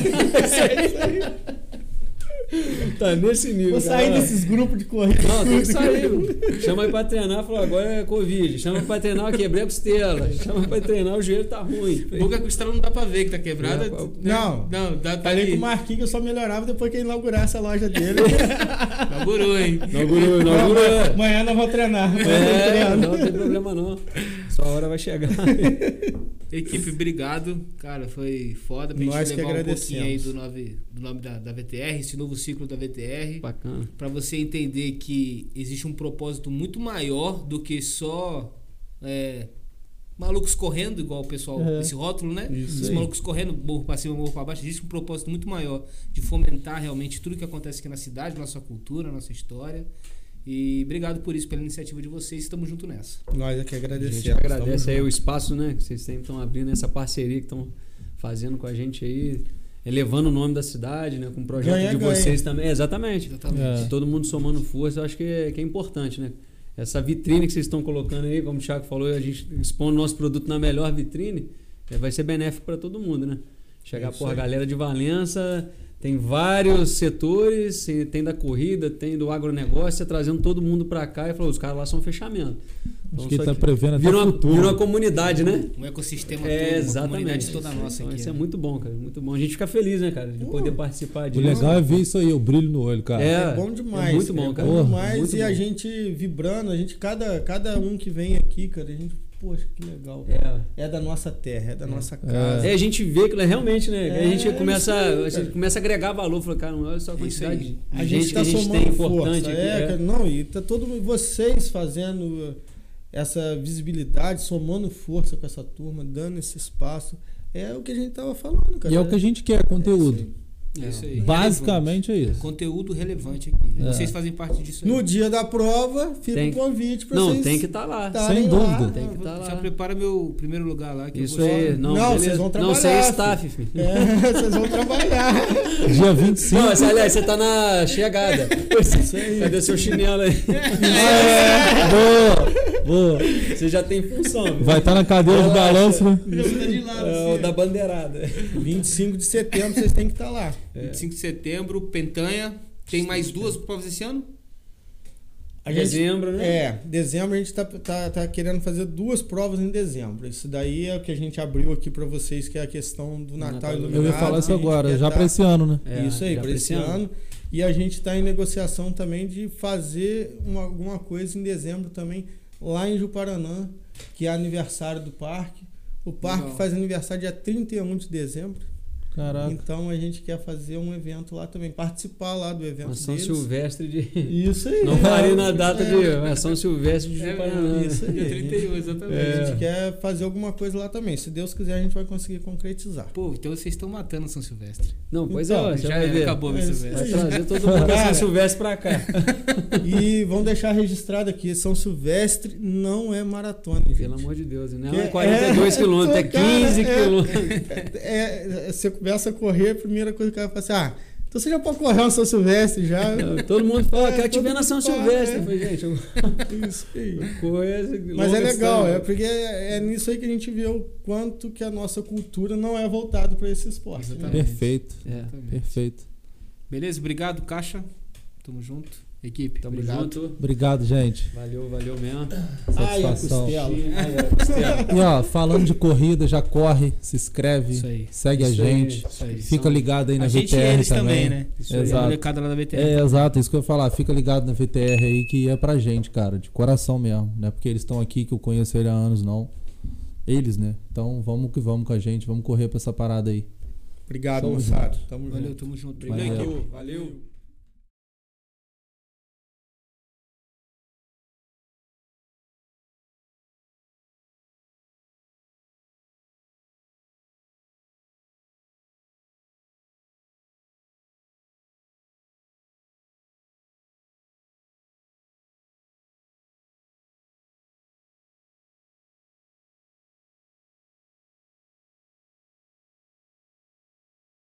tá nesse nível.
Vou sair
cara.
desses grupos de corrida.
Não, tem que sair. mano. Chama aí pra treinar, falou, agora é Covid. Chama pra treinar, eu quebrei a costela. Chama pra treinar, o joelho tá ruim.
Boca costela não dá pra ver que tá quebrada.
É,
né?
não.
Não, dá, tá
Falei
ali.
com o Marquinhos que eu só melhorava depois que ele inaugurasse a loja dele.
Inaugurou, Tá hein?
Inaugurou, inaugurou.
Amanhã não vou treinar. Amanhã eu
É,
treino.
não tem problema não. Sua hora vai chegar.
Equipe, obrigado. Cara, foi foda pra
Nós
gente
que
levar um pouquinho
agradecemos.
aí do, nove, do nome da, da VTR, esse novo ciclo da VTR.
Bacana.
Pra você entender que existe um propósito muito maior do que só é, malucos correndo, igual o pessoal,
É.
esse rótulo, né?
Isso
Esses
aí.
malucos correndo, morro pra cima, morro pra baixo. Existe um propósito muito maior de fomentar realmente tudo que acontece aqui na cidade, nossa cultura, nossa história. E obrigado por isso, pela iniciativa de vocês. Estamos junto nessa.
Nós é que
A
agradecemos.
gente agradece aí o espaço, né? Que vocês estão abrindo essa parceria que estão fazendo com a gente aí, elevando o nome da cidade, né? Com o projeto
Ganha,
de
ganha.
vocês também. É, Exatamente.
Exatamente.
É.
Todo mundo somando força, eu acho que é, que é importante, né? Essa vitrine que vocês estão colocando aí, como o Thiago falou, a gente expõe o nosso produto na melhor vitrine, é, vai ser benéfico para todo mundo, né? Chegar,
Isso
porra, a
aí.
galera de Valença, tem vários setores, e tem da corrida, tem do agronegócio, é trazendo todo mundo para cá e falou, os caras lá são um fechamento. Então,
Acho que
isso
ele tá
aqui-
prevendo até
Virou
o
uma,
futuro.
virou uma comunidade, né?
Um ecossistema
É,
todo, uma comunidade
exatamente.
toda nossa
Então,
aqui.
isso é
né?
muito bom, cara. Muito bom. A gente fica feliz, né, cara, de poder participar
O
disso.
legal é ver isso aí, o brilho no olho, cara.
Uh, É bom demais.
É muito bom, cara.
É bom
Porra,
demais.
muito
e
bom.
a gente vibrando, a gente, cada, cada um que vem aqui, cara, a gente, poxa, que legal.
É.
É, da nossa terra, é da nossa casa.
É, a gente vê que né, realmente, né?
É,
a gente
é
começa,
isso aí,
a gente
cara.
começa a agregar valor. Fala, cara, olha só a
É isso
quantidade
aí.
de
A gente,
que
tá
a gente
somando
tem importante.
força.
aqui,
É,
é.
cara, não, e tá todo mundo, vocês fazendo essa visibilidade, somando força com essa turma, dando esse espaço. É o que a gente tava falando, cara.
E é o que a gente quer, conteúdo.
É isso aí.
Basicamente é isso.
Conteúdo relevante aqui.
É.
Vocês fazem parte disso aí.
No dia da prova, fica
Tem-
o convite pra
Não,
vocês.
tem que estar lá.
tá
Sem dúvida.
Tem que
Já
estar Tá lá.
Então, prepara meu primeiro lugar lá. Que eu
Isso
vou-
aí. Não,
Não,
beleza.
vocês vão
Não, você é
trabalhar,
staff, filho.
É, vocês vão trabalhar.
Dia 25.
Não, você, aliás, você tá na chegada.
Isso aí.
Cadê seu chinelo aí?
Boa! Vou-
Você já tem função. viu?
vai estar na cadeira de
Relaxa.
balanço, né?
de lado,
É o
assim,
da
ó.
bandeirada.
25 de setembro vocês têm que estar lá.
É.
25 de setembro, Pentanha. Tem mais duas provas esse ano?
A gente-
Dezembro, né?
É, dezembro a gente tá, tá, tá querendo fazer duas provas em dezembro. Isso daí é o que a gente abriu aqui pra vocês, que é a questão do Natal,
Natal
iluminado.
Eu ia falar isso
que a gente
agora,
quer
já
tá-
pra esse ano, né?
É,
Isso aí,
já
pra
pra
esse ano. E a gente tá em negociação também de fazer uma- alguma coisa em dezembro também, lá em Juparanã, que é aniversário do parque. O parque
Legal.
faz aniversário dia 31 de dezembro.
Caraca.
Então a gente quer fazer um evento lá também, participar lá do evento
Uma São
deles.
Silvestre de.
Isso aí.
Não parei na data
É.
de. é São Silvestre de
É,
Juparanã.
Isso aí.
Dia
a gente-
31, exatamente.
É.
A gente quer fazer alguma coisa lá também. Se Deus quiser, a gente vai conseguir concretizar.
Pô, então vocês estão matando São Silvestre.
Não, pois
Então,
é, ó, você
Já
vai
era,
ver.
acabou meu
É isso
Silvestre.
Vai trazer todo mundo da São
Cara.
Silvestre pra cá.
E vamos deixar registrado aqui: São Silvestre não é maratona, gente.
Pelo amor de Deus, né?
Que
é 42
é-
quilômetros, é
tô, cara,
15
é-
quilômetros.
É, é, você começa a correr, a primeira coisa que o cara fala assim: ah, então você já pode correr um São Silvestre já.
Todo mundo fala, "Ah,
É,
quero te
todo
ver na
mundo
São
fala,
Silvestre.
é.
Eu falei, gente, eu-
Isso aí.
coisa.
Mas
longa
é legal,
distância.
é porque é, é nisso aí que a gente vê o quanto que a nossa cultura não é voltada para esse esporte. né?
Exatamente.
Perfeito,
É.
Exatamente.
perfeito.
Beleza, obrigado, Caixa. Tamo junto. Equipe,
Tamo
obrigado.
junto.
Obrigado, gente.
Valeu, valeu mesmo.
Ai, a
Satisfação.
costela.
Ai, é, costela.
E ó, falando de corrida, já corre, se inscreve,
Isso aí.
segue
Isso
a
aí,
gente.
isso aí.
Fica ligado aí na
A gente e
VTR
eles
também.
também, né?
Isso aí.
E A
Exato.
molecada lá da VTR.
É, exato, isso que eu ia falar. Fica ligado na VTR aí que é pra gente, cara, de coração mesmo. Não é porque eles estão aqui que eu conheço ele há anos, não. Eles, né? Então vamos que vamos com a gente, vamos correr pra essa parada aí.
Obrigado,
Tamo
moçada. Tamo junto.
Valeu, tamo junto.
Valeu.
Valeu. Valeu.